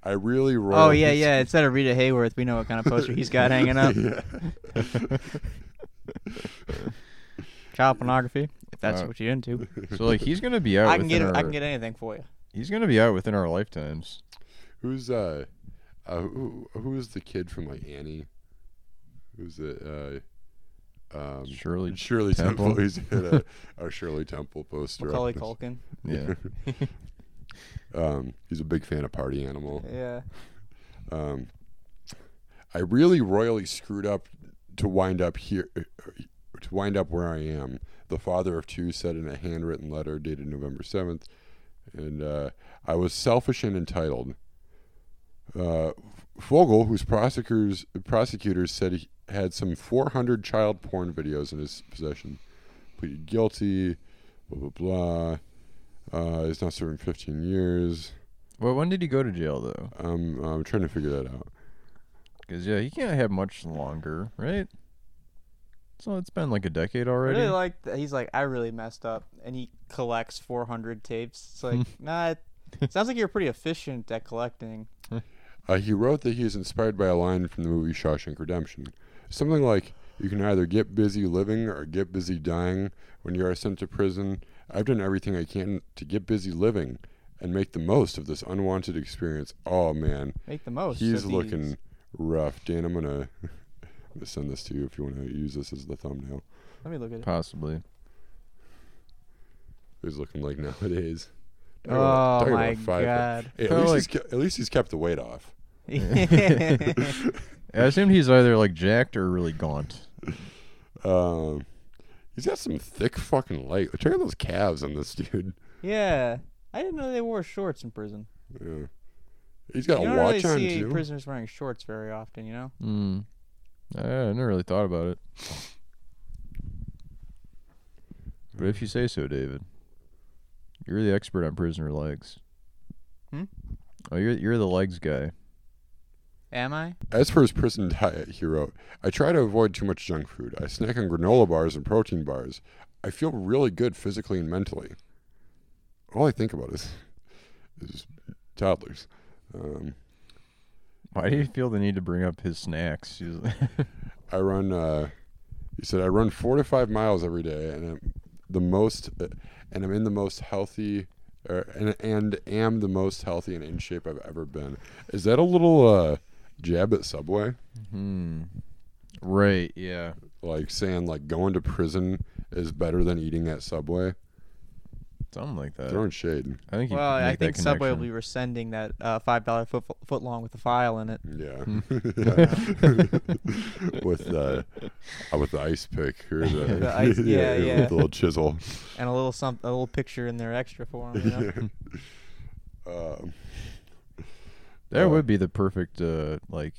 Speaker 5: I really royally
Speaker 4: oh yeah, yeah. Instead of Rita Hayworth, we know what kind of poster he's got hanging up.
Speaker 5: Yeah.
Speaker 4: Child pornography. If that's
Speaker 2: Uh,
Speaker 4: what you're into,
Speaker 2: So like he's gonna be out.
Speaker 4: I can
Speaker 2: within
Speaker 4: get
Speaker 2: Our,
Speaker 4: I can get anything for you.
Speaker 2: He's gonna be out within our lifetimes.
Speaker 5: Who's uh, uh who, who is the kid from like Annie? Who's it? Uh, um,
Speaker 2: Shirley
Speaker 5: Shirley Temple.
Speaker 2: Temple.
Speaker 5: He's got a, a Shirley Temple poster. up
Speaker 4: Macaulay
Speaker 5: in his-
Speaker 4: Culkin.
Speaker 2: Yeah.
Speaker 5: Um, he's a big fan of Party Animal.
Speaker 4: Yeah.
Speaker 5: Um, I really royally screwed up to wind up here, to wind up where I am. The father of two said in a handwritten letter dated November seventh, and uh, I was selfish and entitled. Uh, Fogel, whose prosecutors prosecutors said he had some 400 child porn videos in his possession, pleaded guilty. Blah blah blah. Uh, he's now serving 15 years.
Speaker 2: Well, when did he go to jail though?
Speaker 5: I'm I'm trying to figure that out.
Speaker 2: Because yeah, he can't have much longer, right? So it's been like a decade
Speaker 4: I
Speaker 2: already.
Speaker 4: really like. That. He's like, I really messed up, and he collects 400 tapes. It's like, nah. It, sounds like you're pretty efficient at collecting.
Speaker 5: Uh, he wrote that he is inspired by a line from the movie Shawshank Redemption. Something like, You can either get busy living or get busy dying. When you are sent to prison, I've done everything I can to get busy living and make the most of this unwanted experience. Oh man,
Speaker 4: Make the most.
Speaker 5: he's
Speaker 4: of these.
Speaker 5: looking rough. Dan, I'm gonna, I'm gonna send this to you if you want to use this as the thumbnail.
Speaker 4: Let me look at it.
Speaker 2: Possibly.
Speaker 5: He's looking like nowadays. Talk
Speaker 4: Oh
Speaker 5: talk
Speaker 4: my
Speaker 5: five-
Speaker 4: god.
Speaker 5: Hey, at,
Speaker 2: Kinda
Speaker 5: least he's ke- at least he's kept the weight off.
Speaker 2: I assumed he's either like jacked or really gaunt.
Speaker 5: Um, he's got some thick fucking legs. Check out those calves on this dude.
Speaker 4: yeah. I didn't know they wore shorts in prison.
Speaker 5: Yeah. He's got a
Speaker 4: you don't
Speaker 5: watch
Speaker 4: really
Speaker 5: on
Speaker 4: see
Speaker 5: too.
Speaker 4: prisoners wearing shorts very often, you know?
Speaker 2: Hmm. I, I never really thought about it. But if you say so, David, you're the expert on prisoner legs.
Speaker 4: Hmm?
Speaker 2: Oh, you're you're the legs guy.
Speaker 4: Am I?
Speaker 5: As for his prison diet, he wrote, I try to avoid too much junk food. I snack on granola bars and protein bars. I feel really good physically and mentally. All I think about is, is toddlers. Um,
Speaker 2: Why do you feel the need to bring up his snacks? He's-
Speaker 5: I run. Uh, he said I run four to five miles every day, and I'm the most, and I'm in the most healthy, or, and and am the most healthy and in shape I've ever been. Is that a little uh, jab at Subway?
Speaker 2: hmm. Right. Yeah.
Speaker 5: Like saying like going to prison is better than eating at Subway.
Speaker 2: Something like that.
Speaker 5: Throwing shade.
Speaker 2: I think. You
Speaker 4: Well,
Speaker 2: could
Speaker 4: I
Speaker 2: make that
Speaker 4: think Subway will be
Speaker 2: connection.
Speaker 4: rescinding that uh, five dollar foot foot long with a file in it.
Speaker 5: Yeah.
Speaker 2: Hmm.
Speaker 5: with uh, uh, with the ice pick or the,
Speaker 4: The ice- yeah, yeah.
Speaker 5: with the little chisel.
Speaker 4: and a little some a little picture in there extra for him. You know?
Speaker 5: Um,
Speaker 2: That
Speaker 5: uh,
Speaker 2: would be the perfect uh, like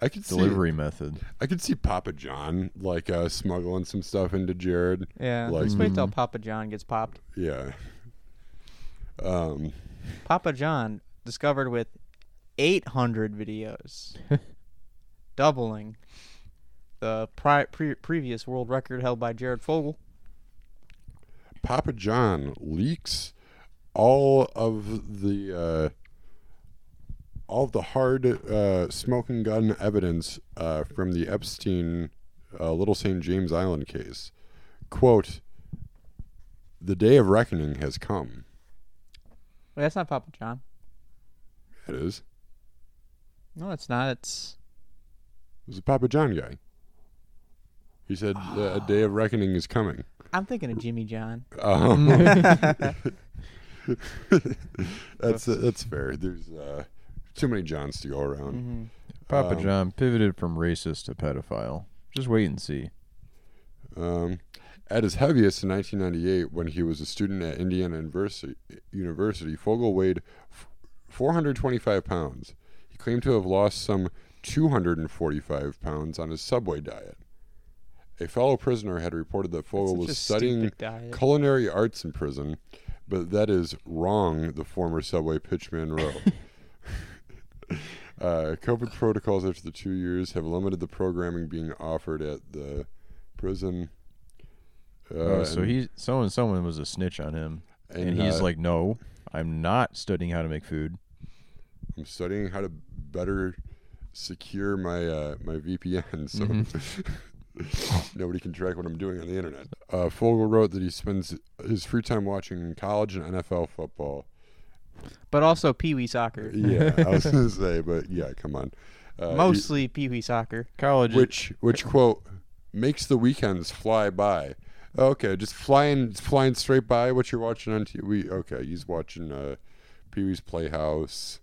Speaker 5: I could see
Speaker 2: delivery method.
Speaker 5: I could see Papa John like uh, smuggling some stuff into Jared.
Speaker 4: yeah,
Speaker 5: Like-
Speaker 4: just wait till
Speaker 2: Hmm.
Speaker 4: Papa John gets popped.
Speaker 5: Yeah. Um,
Speaker 4: Papa John discovered with 800 videos, doubling the pri- pre- previous world record held by Jared Fogle.
Speaker 5: Papa John leaks all of the uh, all the hard uh, smoking gun evidence uh, from the Epstein uh, Little St. James Island case. Quote: "The day of reckoning has come."
Speaker 4: Wait, that's not Papa John.
Speaker 5: It is.
Speaker 4: No, it's not. It's
Speaker 5: It was a Papa John guy. He said, uh, "A day of reckoning is coming."
Speaker 4: I'm thinking of Jimmy John.
Speaker 5: Um, that's that's fair. There's uh, too many Johns to go around.
Speaker 4: Mhm.
Speaker 2: Papa
Speaker 5: Um,
Speaker 2: John pivoted from racist to pedophile. Just wait and see.
Speaker 4: Mm-hmm.
Speaker 5: Um, at his heaviest in 1998, when he was a student at Indiana University, University Fogel weighed f- 425 pounds. He claimed to have lost some 245 pounds on his subway diet. A fellow prisoner had reported that Fogel
Speaker 4: Such a
Speaker 5: was studying
Speaker 4: stupid diet.
Speaker 5: culinary arts in prison, but that is wrong, the former subway pitchman wrote. Uh, COVID protocols after the two years have limited the programming being offered at the prison. Uh,
Speaker 2: Oh, so
Speaker 5: and-
Speaker 2: he, someone, someone was a snitch on him, and, he's
Speaker 5: uh,
Speaker 2: like, "No, I'm not studying how to make food."
Speaker 5: I'm studying how to better secure my uh, my VPN so
Speaker 2: Mm-hmm.
Speaker 5: nobody can track what I'm doing on the internet. Uh, Fogel wrote that he spends his free time watching college and NFL football.
Speaker 4: But also Pee Wee soccer.
Speaker 5: Yeah, I was gonna say, but yeah, come on. Uh, he-
Speaker 4: Mostly Pee Wee soccer.
Speaker 2: College,
Speaker 5: which which quote makes the weekends fly by. Okay, just flying flying straight by what you're watching on TV. Okay, he's watching uh, Pee Wee's Playhouse.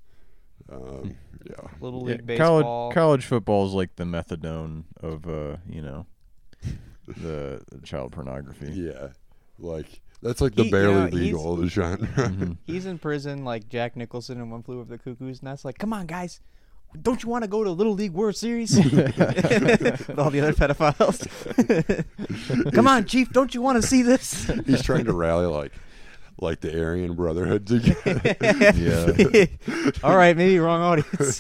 Speaker 5: Um, yeah,
Speaker 4: Little
Speaker 2: yeah,
Speaker 4: League Baseball.
Speaker 2: college, college football is like the methadone of, uh, you know, the child pornography.
Speaker 5: yeah, like that's like the
Speaker 4: He- you
Speaker 5: barely
Speaker 4: know, he's- Mm-hmm.
Speaker 5: legal genre.
Speaker 4: He's in prison like Jack Nicholson in One Flew Over the Cuckoo's Nest. Like, come on, guys. Don't you want to go to Little League World Series with all the other pedophiles? come on, Chief. Don't you want to see this?
Speaker 5: he's trying to rally like like the Aryan Brotherhood together.
Speaker 2: yeah.
Speaker 4: all right, maybe wrong audience.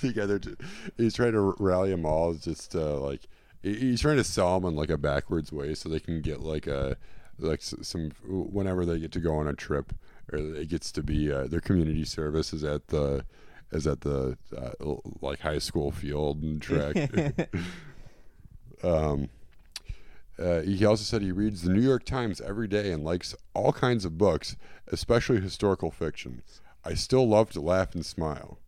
Speaker 5: together. To, he's trying to rally them all. Just uh, like he- he's trying to sell them in like a backwards way, so they can get like a like s- some whenever they get to go on a trip, or it gets to be uh, their community service is at the is at the uh, l- like high school field and track. um, Uh, he also said he reads the New York Times every day and likes all kinds of books, especially historical fiction. I still love to laugh and smile.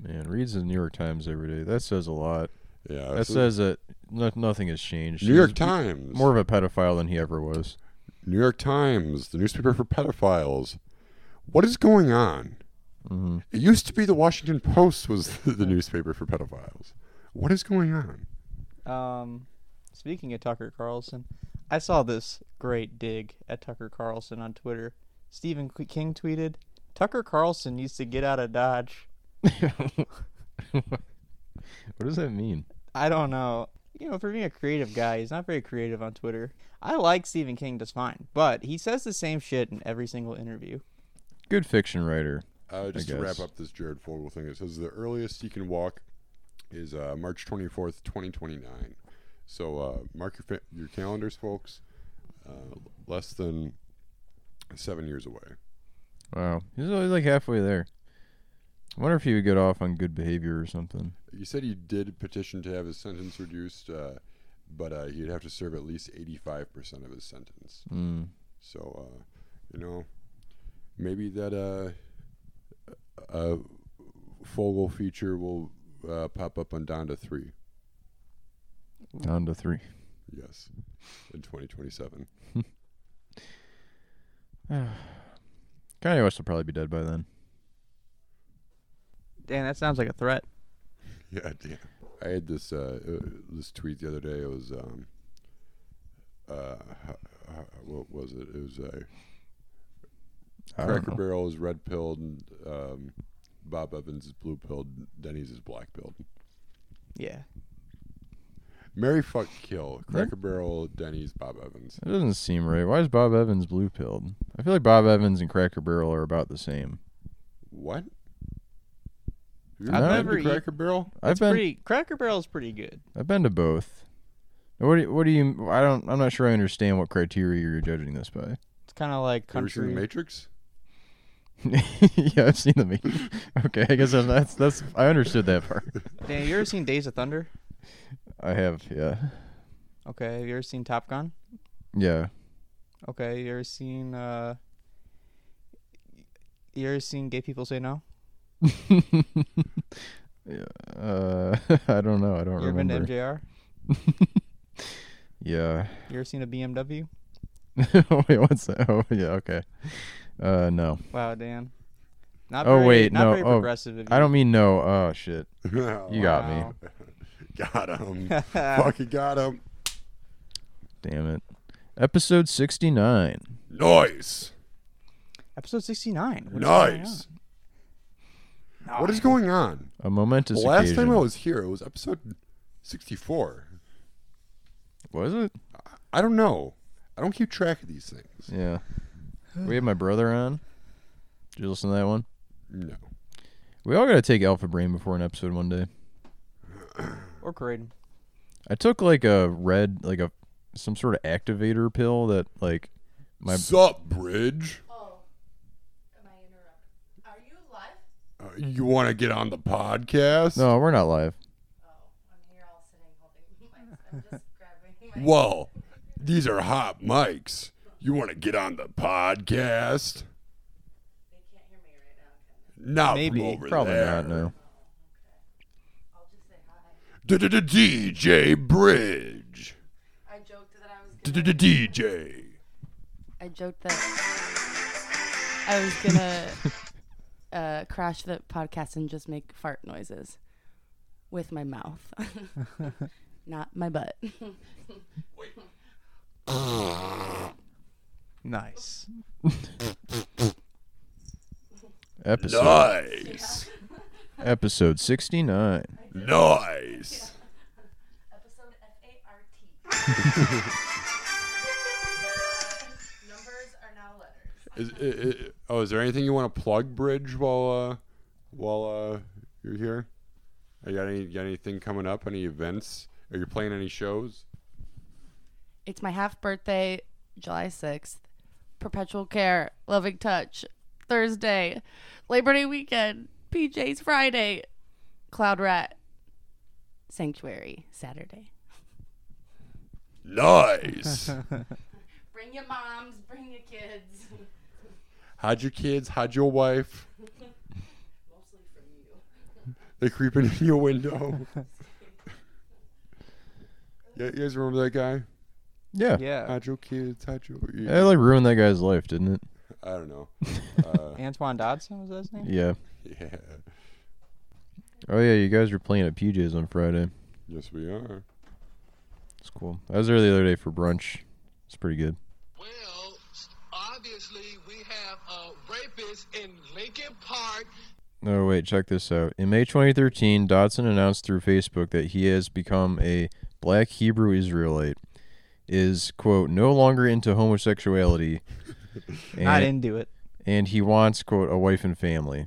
Speaker 2: Man, reads the New York Times every day. That says a lot.
Speaker 5: Yeah,
Speaker 2: That
Speaker 5: so
Speaker 2: says that no, nothing has changed.
Speaker 5: New York
Speaker 2: He's
Speaker 5: Times.
Speaker 2: More of a pedophile than he ever was.
Speaker 5: New York Times, the newspaper for pedophiles. What is going on?
Speaker 2: Mhm.
Speaker 5: It used to be the Washington Post was the newspaper for pedophiles. What is going on?
Speaker 4: Um, speaking of Tucker Carlson, I saw this great dig at Tucker Carlson on Twitter. Stephen Qu- King tweeted, "Tucker Carlson needs to get out of Dodge."
Speaker 2: What does that mean?
Speaker 4: I don't know. You know, for being a creative guy, he's not very creative on Twitter. I like Stephen King just fine, but he says the same shit in every single interview.
Speaker 2: Good fiction writer.
Speaker 5: Uh, just
Speaker 2: I
Speaker 5: to wrap
Speaker 2: guess.
Speaker 5: up this Jared Fogle thing, it says the earliest he can walk is uh, March 24th, 2029. So uh, mark your, fa- your calendars, folks. Uh, less than seven years away.
Speaker 2: Wow, he's only like halfway there. I wonder if he would get off on good behavior or something.
Speaker 5: You said he did petition to have his sentence reduced, uh, but uh, he'd have to serve at least 85% of his sentence.
Speaker 2: Mm.
Speaker 5: So, uh, you know, maybe that uh, uh, Fogle feature will uh, pop up on Down to 3.
Speaker 2: Down to three.
Speaker 5: Yes, in 2027.
Speaker 2: Kanye West will probably be dead by then.
Speaker 4: Damn, that sounds like a threat.
Speaker 5: Yeah, damn. I had this uh, uh, this tweet the other day. It was um, uh, h- h- what was it? It was uh,
Speaker 2: I don't
Speaker 5: Cracker
Speaker 2: know.
Speaker 5: Barrel is red pilled, and um, Bob Evans is blue pilled, and Denny's is black pilled.
Speaker 4: Yeah.
Speaker 5: Mary fuck kill Cracker Barrel, Denny's, Bob Evans.
Speaker 2: That doesn't seem right. Why is Bob Evans blue pilled? I feel like Bob Evans and Cracker Barrel are about the same.
Speaker 5: What? Have you
Speaker 2: I've
Speaker 5: ever been
Speaker 4: never
Speaker 5: to
Speaker 4: eat-
Speaker 5: Cracker Barrel?
Speaker 2: I've
Speaker 4: It's
Speaker 2: been
Speaker 4: pretty Cracker Barrel's pretty good.
Speaker 2: I've been to both. What do you, what do you? I don't. I'm not sure I understand what criteria you're judging this by.
Speaker 4: It's kind of like
Speaker 5: Have you ever seen
Speaker 4: country.
Speaker 5: The Matrix?
Speaker 2: yeah, I've seen the meme. okay, I guess I'm- that's that's. I understood that part.
Speaker 4: Damn, you ever seen Days of Thunder?
Speaker 2: I have. Yeah.
Speaker 4: Okay, have you ever seen Top Gun?
Speaker 2: Yeah.
Speaker 4: Okay, you ever seen uh you ever seen gay people say no?
Speaker 2: Yeah, uh, I don't know. I don't
Speaker 4: You ever been to
Speaker 2: remember.
Speaker 4: MJR?
Speaker 2: Yeah.
Speaker 4: You ever seen a BMW?
Speaker 2: wait, what's that? Oh, yeah. Okay. Uh, no.
Speaker 4: Wow, Dan. Not
Speaker 2: Oh,
Speaker 4: very,
Speaker 2: wait,
Speaker 4: not
Speaker 2: no,
Speaker 4: very
Speaker 2: oh,
Speaker 4: progressive of
Speaker 2: I
Speaker 4: you.
Speaker 2: don't mean no. Oh shit. You got me.
Speaker 4: Wow.
Speaker 5: Oh, Got him. Fucking got him.
Speaker 2: Damn it. Episode sixty nine.
Speaker 5: Nice.
Speaker 4: Episode sixty nine.
Speaker 5: Nice. What is going on?
Speaker 2: A momentous
Speaker 5: The last
Speaker 2: occasion.
Speaker 5: time I was here, it was episode 64.
Speaker 2: Was it?
Speaker 5: I don't know. I don't keep track of these things.
Speaker 2: Yeah. We had my brother on. Did you listen to that one?
Speaker 5: No.
Speaker 2: We all gotta take Alpha Brain before an episode one day.
Speaker 4: Or Craden.
Speaker 2: I took like a red, like a some sort of activator pill that like my
Speaker 5: Sup, Bridge?
Speaker 7: Oh, am I interrupted? Are you live?
Speaker 5: Uh, you want to get on the podcast?
Speaker 2: no, we're not live.
Speaker 7: Oh, I'm here all sitting holding my. I'm just grabbing my.
Speaker 5: Well, these are hot mics. You want to get on the podcast?
Speaker 7: They can't hear me right now. Can they?
Speaker 5: Not
Speaker 4: Maybe.
Speaker 5: from over
Speaker 2: Probably
Speaker 5: there.
Speaker 2: not. No.
Speaker 7: I'll just say hi.
Speaker 5: DJ Bridge.
Speaker 7: I joked that I was. Gonna,
Speaker 5: DJ.
Speaker 7: I joked that I was gonna uh, crash the podcast and just make fart noises with my mouth, not my butt.
Speaker 4: Nice.
Speaker 2: Episode
Speaker 5: Nice.
Speaker 2: episode sixty nine.
Speaker 5: Nice.
Speaker 7: Episode F A R T. Numbers are now letters.
Speaker 5: Is, i i oh, is there anything you want to plug, Bridge, while uh, while uh, you're here? You got any got anything coming up? Any events? Are you playing any shows?
Speaker 7: It's my half birthday, July 6th. Perpetual care, loving touch, Thursday, Labor Day weekend, PJ's Friday, Cloud Rat, Sanctuary, Saturday.
Speaker 5: Nice.
Speaker 7: Bring your moms, bring your kids.
Speaker 5: hide your kids, hide your wife. They're creeping in your window. yeah, you guys remember that guy?
Speaker 2: Yeah.
Speaker 4: yeah.
Speaker 5: Hide your kids, hide your.
Speaker 2: It like ruined that guy's life, didn't it?
Speaker 5: I don't know. Uh,
Speaker 4: Antoine Dodson was that his name?
Speaker 2: Yeah.
Speaker 5: yeah.
Speaker 2: Oh yeah, you guys were playing at PJ's on Friday.
Speaker 5: Yes, we are.
Speaker 2: It's cool. I was there the other day for brunch. It's pretty good.
Speaker 8: Well, obviously, we have a rapist in Lincoln Park.
Speaker 2: No, wait, check this out. In May 2013, Dodson announced through Facebook that he has become a black Hebrew Israelite, is, quote, no longer into homosexuality, and,
Speaker 4: Not into it.
Speaker 2: and he wants, quote, a wife and family.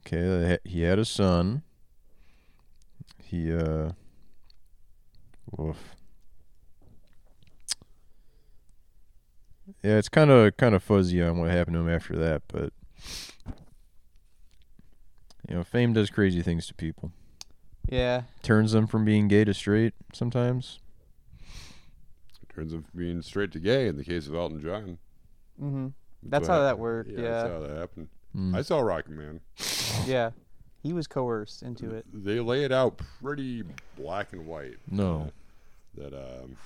Speaker 2: Okay, they ha- he had a son. He, uh, woof. Yeah, it's kind of kind of fuzzy on what happened to him after that, but you know, fame does crazy things to people.
Speaker 4: Yeah.
Speaker 2: Turns them from being gay to straight sometimes.
Speaker 5: Turns out being straight to gay in the case of Elton John.
Speaker 4: Mm-hmm. That's
Speaker 5: what
Speaker 4: how that
Speaker 5: happened.
Speaker 4: worked. Yeah.
Speaker 5: That's
Speaker 4: Yeah.
Speaker 5: how that happened.
Speaker 2: Mm.
Speaker 5: I saw Rocket Man.
Speaker 4: He was coerced into it.
Speaker 5: They lay it out pretty black and white.
Speaker 2: No.
Speaker 5: That um,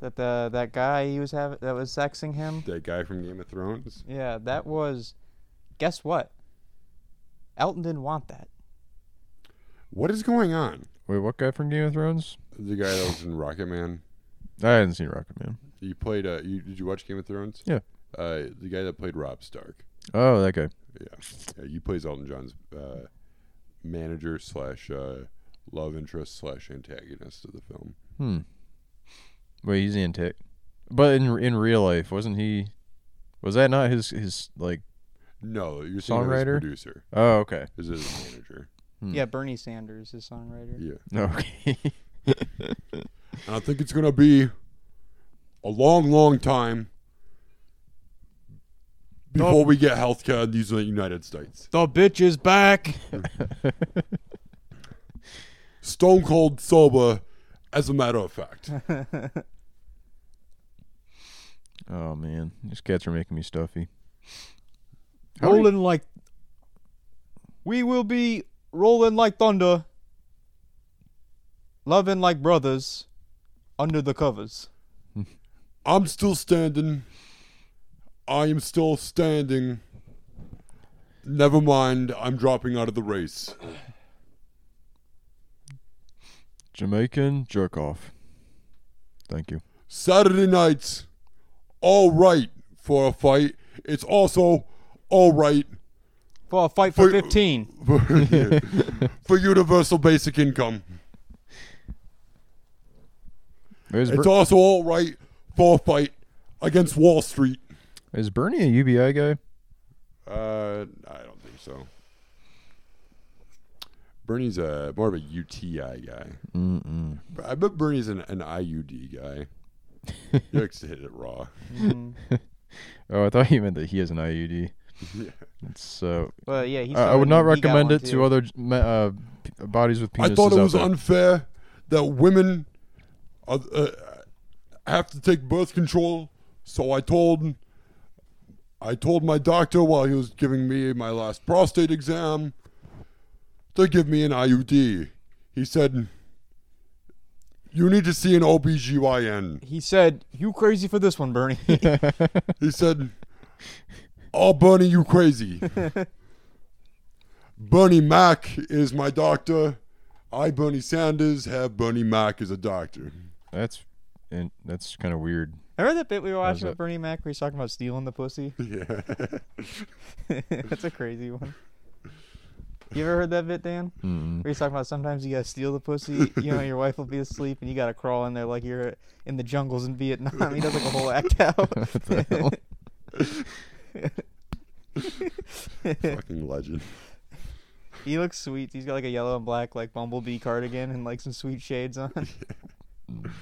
Speaker 4: That the that guy he was having that was sexing him.
Speaker 5: that guy from Game of Thrones.
Speaker 4: Yeah, that was. Guess what? Elton didn't want that.
Speaker 5: What is going on?
Speaker 2: Wait, what guy from Game of Thrones?
Speaker 5: The guy that was in Rocket Man.
Speaker 2: I hadn't seen Rocket Man.
Speaker 5: You played. Uh, you did you watch Game of Thrones?
Speaker 2: Yeah.
Speaker 5: Uh, the guy that played Rob Stark.
Speaker 2: Oh, that guy.
Speaker 5: Yeah. yeah he plays Elton John's uh, manager slash uh, love interest slash antagonist of the film.
Speaker 2: Hmm. Wait, he's antic. But in in real life, wasn't he? Was that not his his like?
Speaker 5: No, you're saying his
Speaker 2: Songwriter?
Speaker 5: producer.
Speaker 2: Oh, okay.
Speaker 5: This is his manager.
Speaker 2: Hmm.
Speaker 4: Yeah, Bernie Sanders, his songwriter.
Speaker 5: Yeah.
Speaker 2: Okay.
Speaker 5: And I think it's gonna be a long, long time before we get healthcare in these uh, United States.
Speaker 4: The bitch is back.
Speaker 5: Stone cold sober, as a matter of fact.
Speaker 2: oh man, these cats are making me stuffy.
Speaker 4: rolling like. We will be rolling like thunder. Loving like brothers, under the covers.
Speaker 5: I'm still standing. I am still standing. Never mind, I'm dropping out of the race.
Speaker 2: Jamaican jerk off. Thank you.
Speaker 5: Saturday nights, all right for a fight. It's also all right
Speaker 4: For a fight for
Speaker 5: For-
Speaker 4: 15.
Speaker 5: for, for universal basic income.
Speaker 2: Is,
Speaker 5: It's
Speaker 2: Ber-
Speaker 5: also all right for a fight against Wall Street.
Speaker 2: is Bernie a UBI guy?
Speaker 5: Uh, I don't think so. Bernie's a more of a UTI guy.
Speaker 2: Mm-mm.
Speaker 5: But I bet Bernie's an, an IUD guy. he likes to hit it raw.
Speaker 2: Oh, I thought you meant that he has an IUD.
Speaker 5: Yeah.
Speaker 2: It's so
Speaker 4: Well, yeah, he's.
Speaker 2: uh, I I would
Speaker 4: someone-
Speaker 2: not
Speaker 4: he got
Speaker 2: recommend
Speaker 4: one
Speaker 2: it
Speaker 4: too.
Speaker 2: to other j- ma- uh, p- bodies with
Speaker 5: I
Speaker 2: penises.
Speaker 5: thought it
Speaker 2: out
Speaker 5: was
Speaker 2: there.
Speaker 5: unfair that women are, uh, have to take birth control. So I told, I told my doctor while he was giving me my last prostate exam to give me an IUD. He said, "You need to see an OBGYN."
Speaker 4: He said, "You crazy for this one, Bernie."
Speaker 5: He said, "I'll Bernie you crazy." Bernie Mac is my doctor. I, Bernie Sanders, have Bernie Mac as a doctor.
Speaker 2: That's and that's kind of weird.
Speaker 4: Remember that bit we were watching
Speaker 2: that?
Speaker 4: with Bernie Mac where he's talking about stealing the pussy?
Speaker 5: Yeah.
Speaker 4: That's a crazy one. You ever heard that bit, Dan?
Speaker 2: Mm-mm.
Speaker 4: Where he's talking about sometimes you gotta steal the pussy. You know, your wife will be asleep and you gotta crawl in there like you're in the jungles in Vietnam. He does like a whole act out.
Speaker 2: What the hell?
Speaker 5: Fucking legend.
Speaker 4: he looks sweet. He's got like a yellow and black like bumblebee cardigan and like some sweet shades on.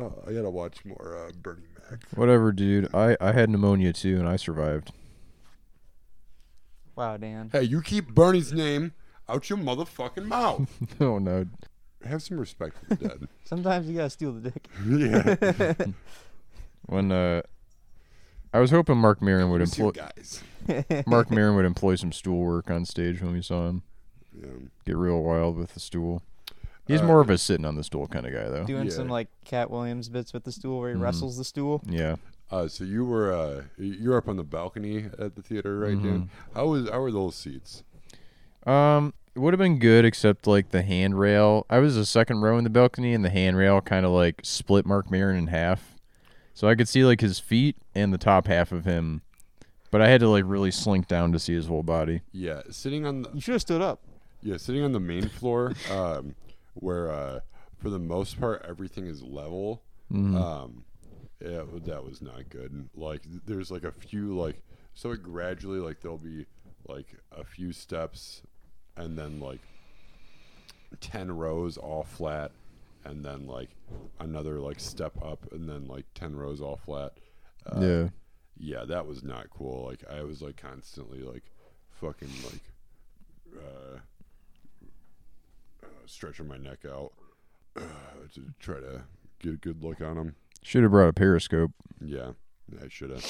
Speaker 5: Oh, I gotta watch more uh, Bernie Mac.
Speaker 2: Whatever, dude. I, I had pneumonia too, and I survived.
Speaker 4: Wow, Dan.
Speaker 5: Hey, you keep Bernie's name out your motherfucking mouth.
Speaker 2: oh no,
Speaker 5: have some respect for the dead.
Speaker 4: Sometimes you gotta steal the dick.
Speaker 5: yeah.
Speaker 2: When uh, I was hoping Mark Maron would
Speaker 5: Miss you
Speaker 2: employ
Speaker 5: guys.
Speaker 2: Mark Maron would employ some stool work on stage when we saw him
Speaker 5: Yeah.
Speaker 2: get real wild with the stool. He's
Speaker 5: Uh,
Speaker 2: more of a sitting on the stool kind of guy though.
Speaker 4: Doing
Speaker 5: Yeah.
Speaker 4: some like Cat Williams bits with the stool
Speaker 2: Mm-hmm.
Speaker 4: where he wrestles the stool.
Speaker 2: Yeah.
Speaker 5: Uh, so you were uh, you were up on the balcony at the theater, right, Dan? How was how were those seats?
Speaker 2: Um, it would have been good except like the handrail. I was the second row in the balcony, and the handrail kind of like split Mark Maron in half, so I could see like his feet and the top half of him, but I had to like really slink down to see his whole body.
Speaker 5: Yeah, sitting on the
Speaker 4: You should have stood up.
Speaker 5: Yeah, sitting on the main floor, um, where uh, for the most part everything is level. Um, yeah, w- that was not good. And, Like, th- there's like a few like so it gradually like there'll be like a few steps, and then like ten rows all flat, and then like another like step up, and then like ten rows all flat. Uh,
Speaker 2: yeah.
Speaker 5: yeah, that was not cool. Like I was like constantly like fucking like uh, uh stretching my neck out uh, to try to get a good look on him.
Speaker 2: Should have brought a periscope.
Speaker 5: Yeah, I should have.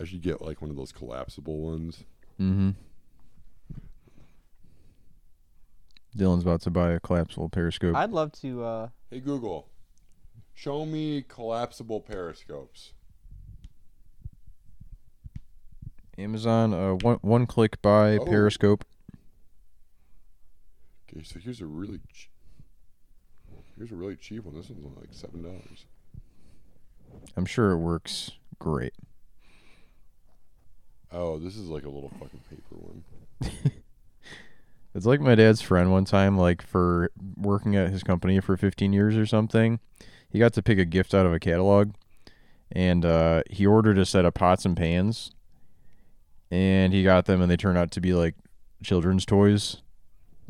Speaker 5: I should get like one of those collapsible ones.
Speaker 2: Mm-hmm. Dylan's about to buy a collapsible periscope.
Speaker 4: I'd love to uh
Speaker 5: Hey Google, show me collapsible periscopes.
Speaker 2: Amazon, uh, one one click buy
Speaker 5: Oh.
Speaker 2: periscope.
Speaker 5: Okay, so here's a really ch- here's a really cheap one. This one's only like seven dollars.
Speaker 2: I'm sure it works great.
Speaker 5: Oh, this is like a little fucking paper one.
Speaker 2: It's like my dad's friend one time, like for working at his company for 15 years or something. He got to pick a gift out of a catalog, and uh, he ordered a set of pots and pans, and he got them, and they turned out to be like children's toys,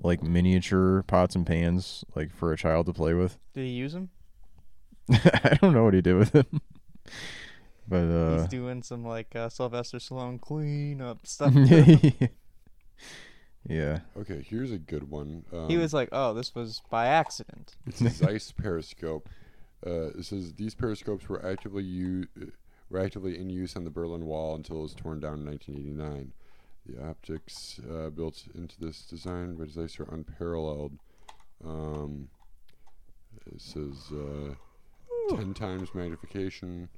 Speaker 2: like miniature pots and pans, like for a child to play with.
Speaker 4: did he use him?
Speaker 2: I don't know what he did with them, but uh,
Speaker 4: He's doing some like uh, Sylvester Stallone cleanup stuff.
Speaker 2: yeah,
Speaker 5: Okay, here's a good one. Um,
Speaker 4: he was like, "Oh, this was by accident."
Speaker 5: It's a Zeiss periscope. Uh, it says these periscopes were actively u- uh, were actively in use on the Berlin Wall until it was torn down in 1989. The optics uh, built into this design by Zeiss are unparalleled. Um, it says uh, 10 times magnification,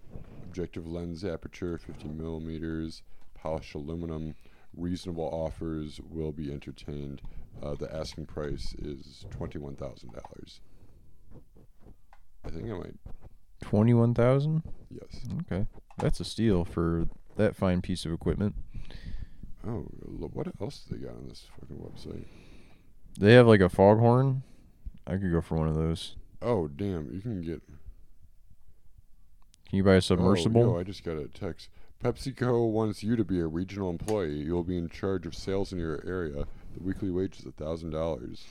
Speaker 5: objective lens aperture 50 millimeters, polished aluminum. Reasonable offers will be entertained. Uh, the asking price is twenty-one thousand dollars. I think I might.
Speaker 2: twenty-one thousand.
Speaker 5: Yes.
Speaker 2: Okay. That's a steal for that fine piece of equipment.
Speaker 5: Oh, lo- what else do they got on this fucking website?
Speaker 2: They have like a foghorn. I could go for one of those.
Speaker 5: Oh, damn! You can get
Speaker 2: Can you buy a
Speaker 5: Oh,
Speaker 2: submersible?
Speaker 5: yo, I just got a text. PepsiCo wants you to be a regional employee. You'll be in charge of sales in your area. The weekly wage is a thousand dollars.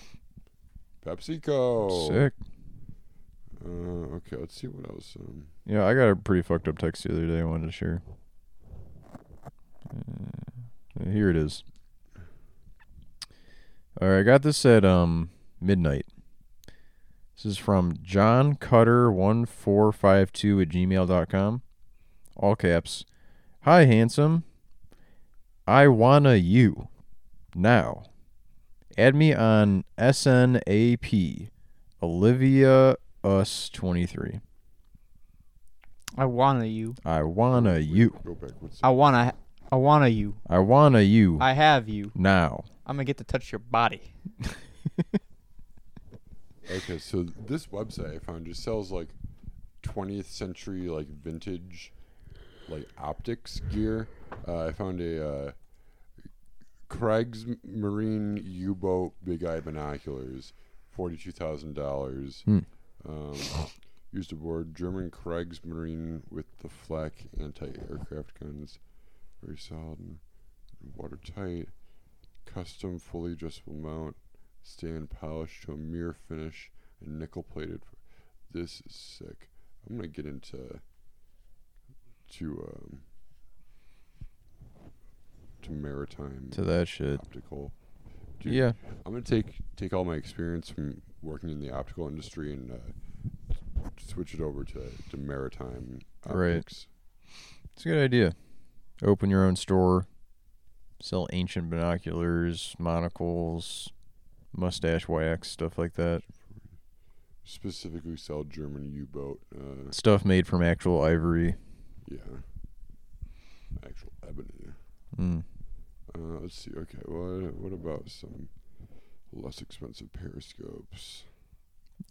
Speaker 5: PepsiCo.
Speaker 2: Sick.
Speaker 5: Uh, okay, let's see what else. Um,
Speaker 2: Yeah, I got a pretty fucked up text the other day I wanted to share. Uh, here it is. All right, I got this at um midnight. This is from John Cutter one four five two at gmail.com. All caps. Hi, handsome. I wanna you now. Add me on SNAP. Olivia Us twenty three.
Speaker 4: I wanna you.
Speaker 2: I wanna you.
Speaker 5: go back. What's
Speaker 4: I wanna. I wanna you.
Speaker 2: I wanna you
Speaker 4: I have you.
Speaker 2: now.
Speaker 4: I'm gonna get to touch your body.
Speaker 5: Okay, so this website I found just sells like 20th century like vintage like optics gear. Uh, I found a uh, Craig's Marine U-boat big eye binoculars, forty-two thousand dollars. Um, used aboard German Craig's Marine with the flak anti-aircraft guns, very solid and watertight, custom fully adjustable mount stand polished to a mirror finish and nickel plated. This is sick. I'm gonna get into to um, to maritime
Speaker 2: To that shit.
Speaker 5: optical.
Speaker 2: Yeah.
Speaker 5: I'm gonna take take all my experience from working in the optical industry and uh, switch it over to, to maritime
Speaker 2: Right.
Speaker 5: optics.
Speaker 2: It's a good idea. Open your own store. Sell ancient binoculars, monocles, mustache wax, stuff like that.
Speaker 5: Specifically, sell German U boat. Uh,
Speaker 2: Stuff made from actual ivory.
Speaker 5: yeah, actual ebony.
Speaker 2: Mm.
Speaker 5: Uh, let's see. Okay, what what about some less expensive periscopes?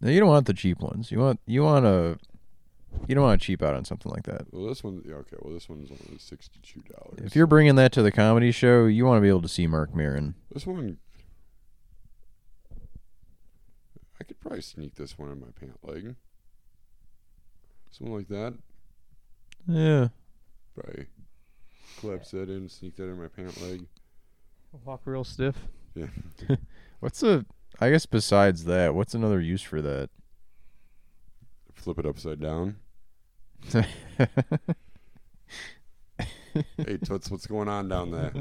Speaker 2: Now you don't want the cheap ones. You want you want a you don't want to cheap out on something like that.
Speaker 5: Well, this one. Yeah, okay. Well, this one's only sixty-two dollars.
Speaker 2: If you're bringing that to the comedy show, you want to be able to see Mark Maron.
Speaker 5: this one, I could probably sneak this one in my pant leg. Something like that.
Speaker 2: Yeah.
Speaker 5: Probably collapse that in, sneak that in my pant leg.
Speaker 4: Walk real stiff.
Speaker 5: Yeah.
Speaker 2: What's a I guess besides that, what's another use for that?
Speaker 5: Flip it upside down. Hey, Toots, what's going on down there?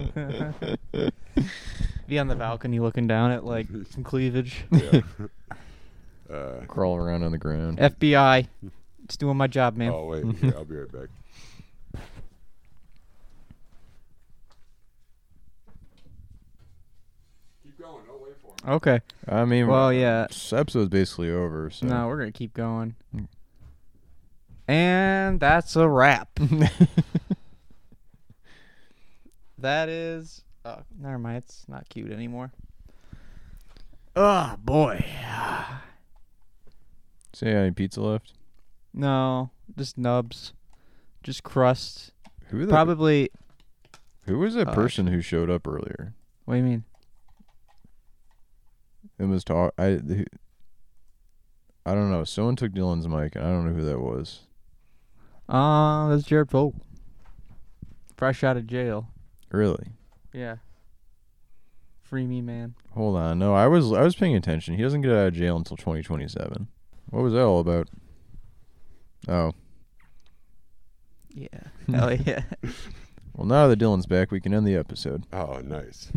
Speaker 4: Be on the balcony looking down at like some cleavage.
Speaker 5: Yeah. uh,
Speaker 2: Crawl around on the ground.
Speaker 4: FBI, it's doing my job, man.
Speaker 5: oh wait, yeah, I'll be right back. Keep going. Don't wait for him.
Speaker 4: Okay.
Speaker 2: I mean,
Speaker 4: Well, yeah.
Speaker 2: this episode's basically over. So
Speaker 4: No, we're gonna keep going. And that's a wrap. that is. Oh, never mind. It's not cute anymore. Oh boy.
Speaker 2: So yeah, any pizza left?
Speaker 4: No, just nubs, just crust.
Speaker 2: Who the,
Speaker 4: Probably.
Speaker 2: who was that
Speaker 4: Oh,
Speaker 2: person who showed up earlier?
Speaker 4: What do you mean?
Speaker 2: It was talk. I who- I don't know. Someone took Dylan's mic. and I don't know who that was.
Speaker 4: Uh, that's Jared Fogle. Fresh out of jail.
Speaker 2: Really?
Speaker 4: Yeah. Free me, man.
Speaker 2: Hold on. No, I was I was paying attention. He doesn't get out of jail until 2027. What was that all about? Oh.
Speaker 4: Yeah. Hell yeah.
Speaker 2: Well, now that Dylan's back, we can end the episode.
Speaker 5: Oh, nice.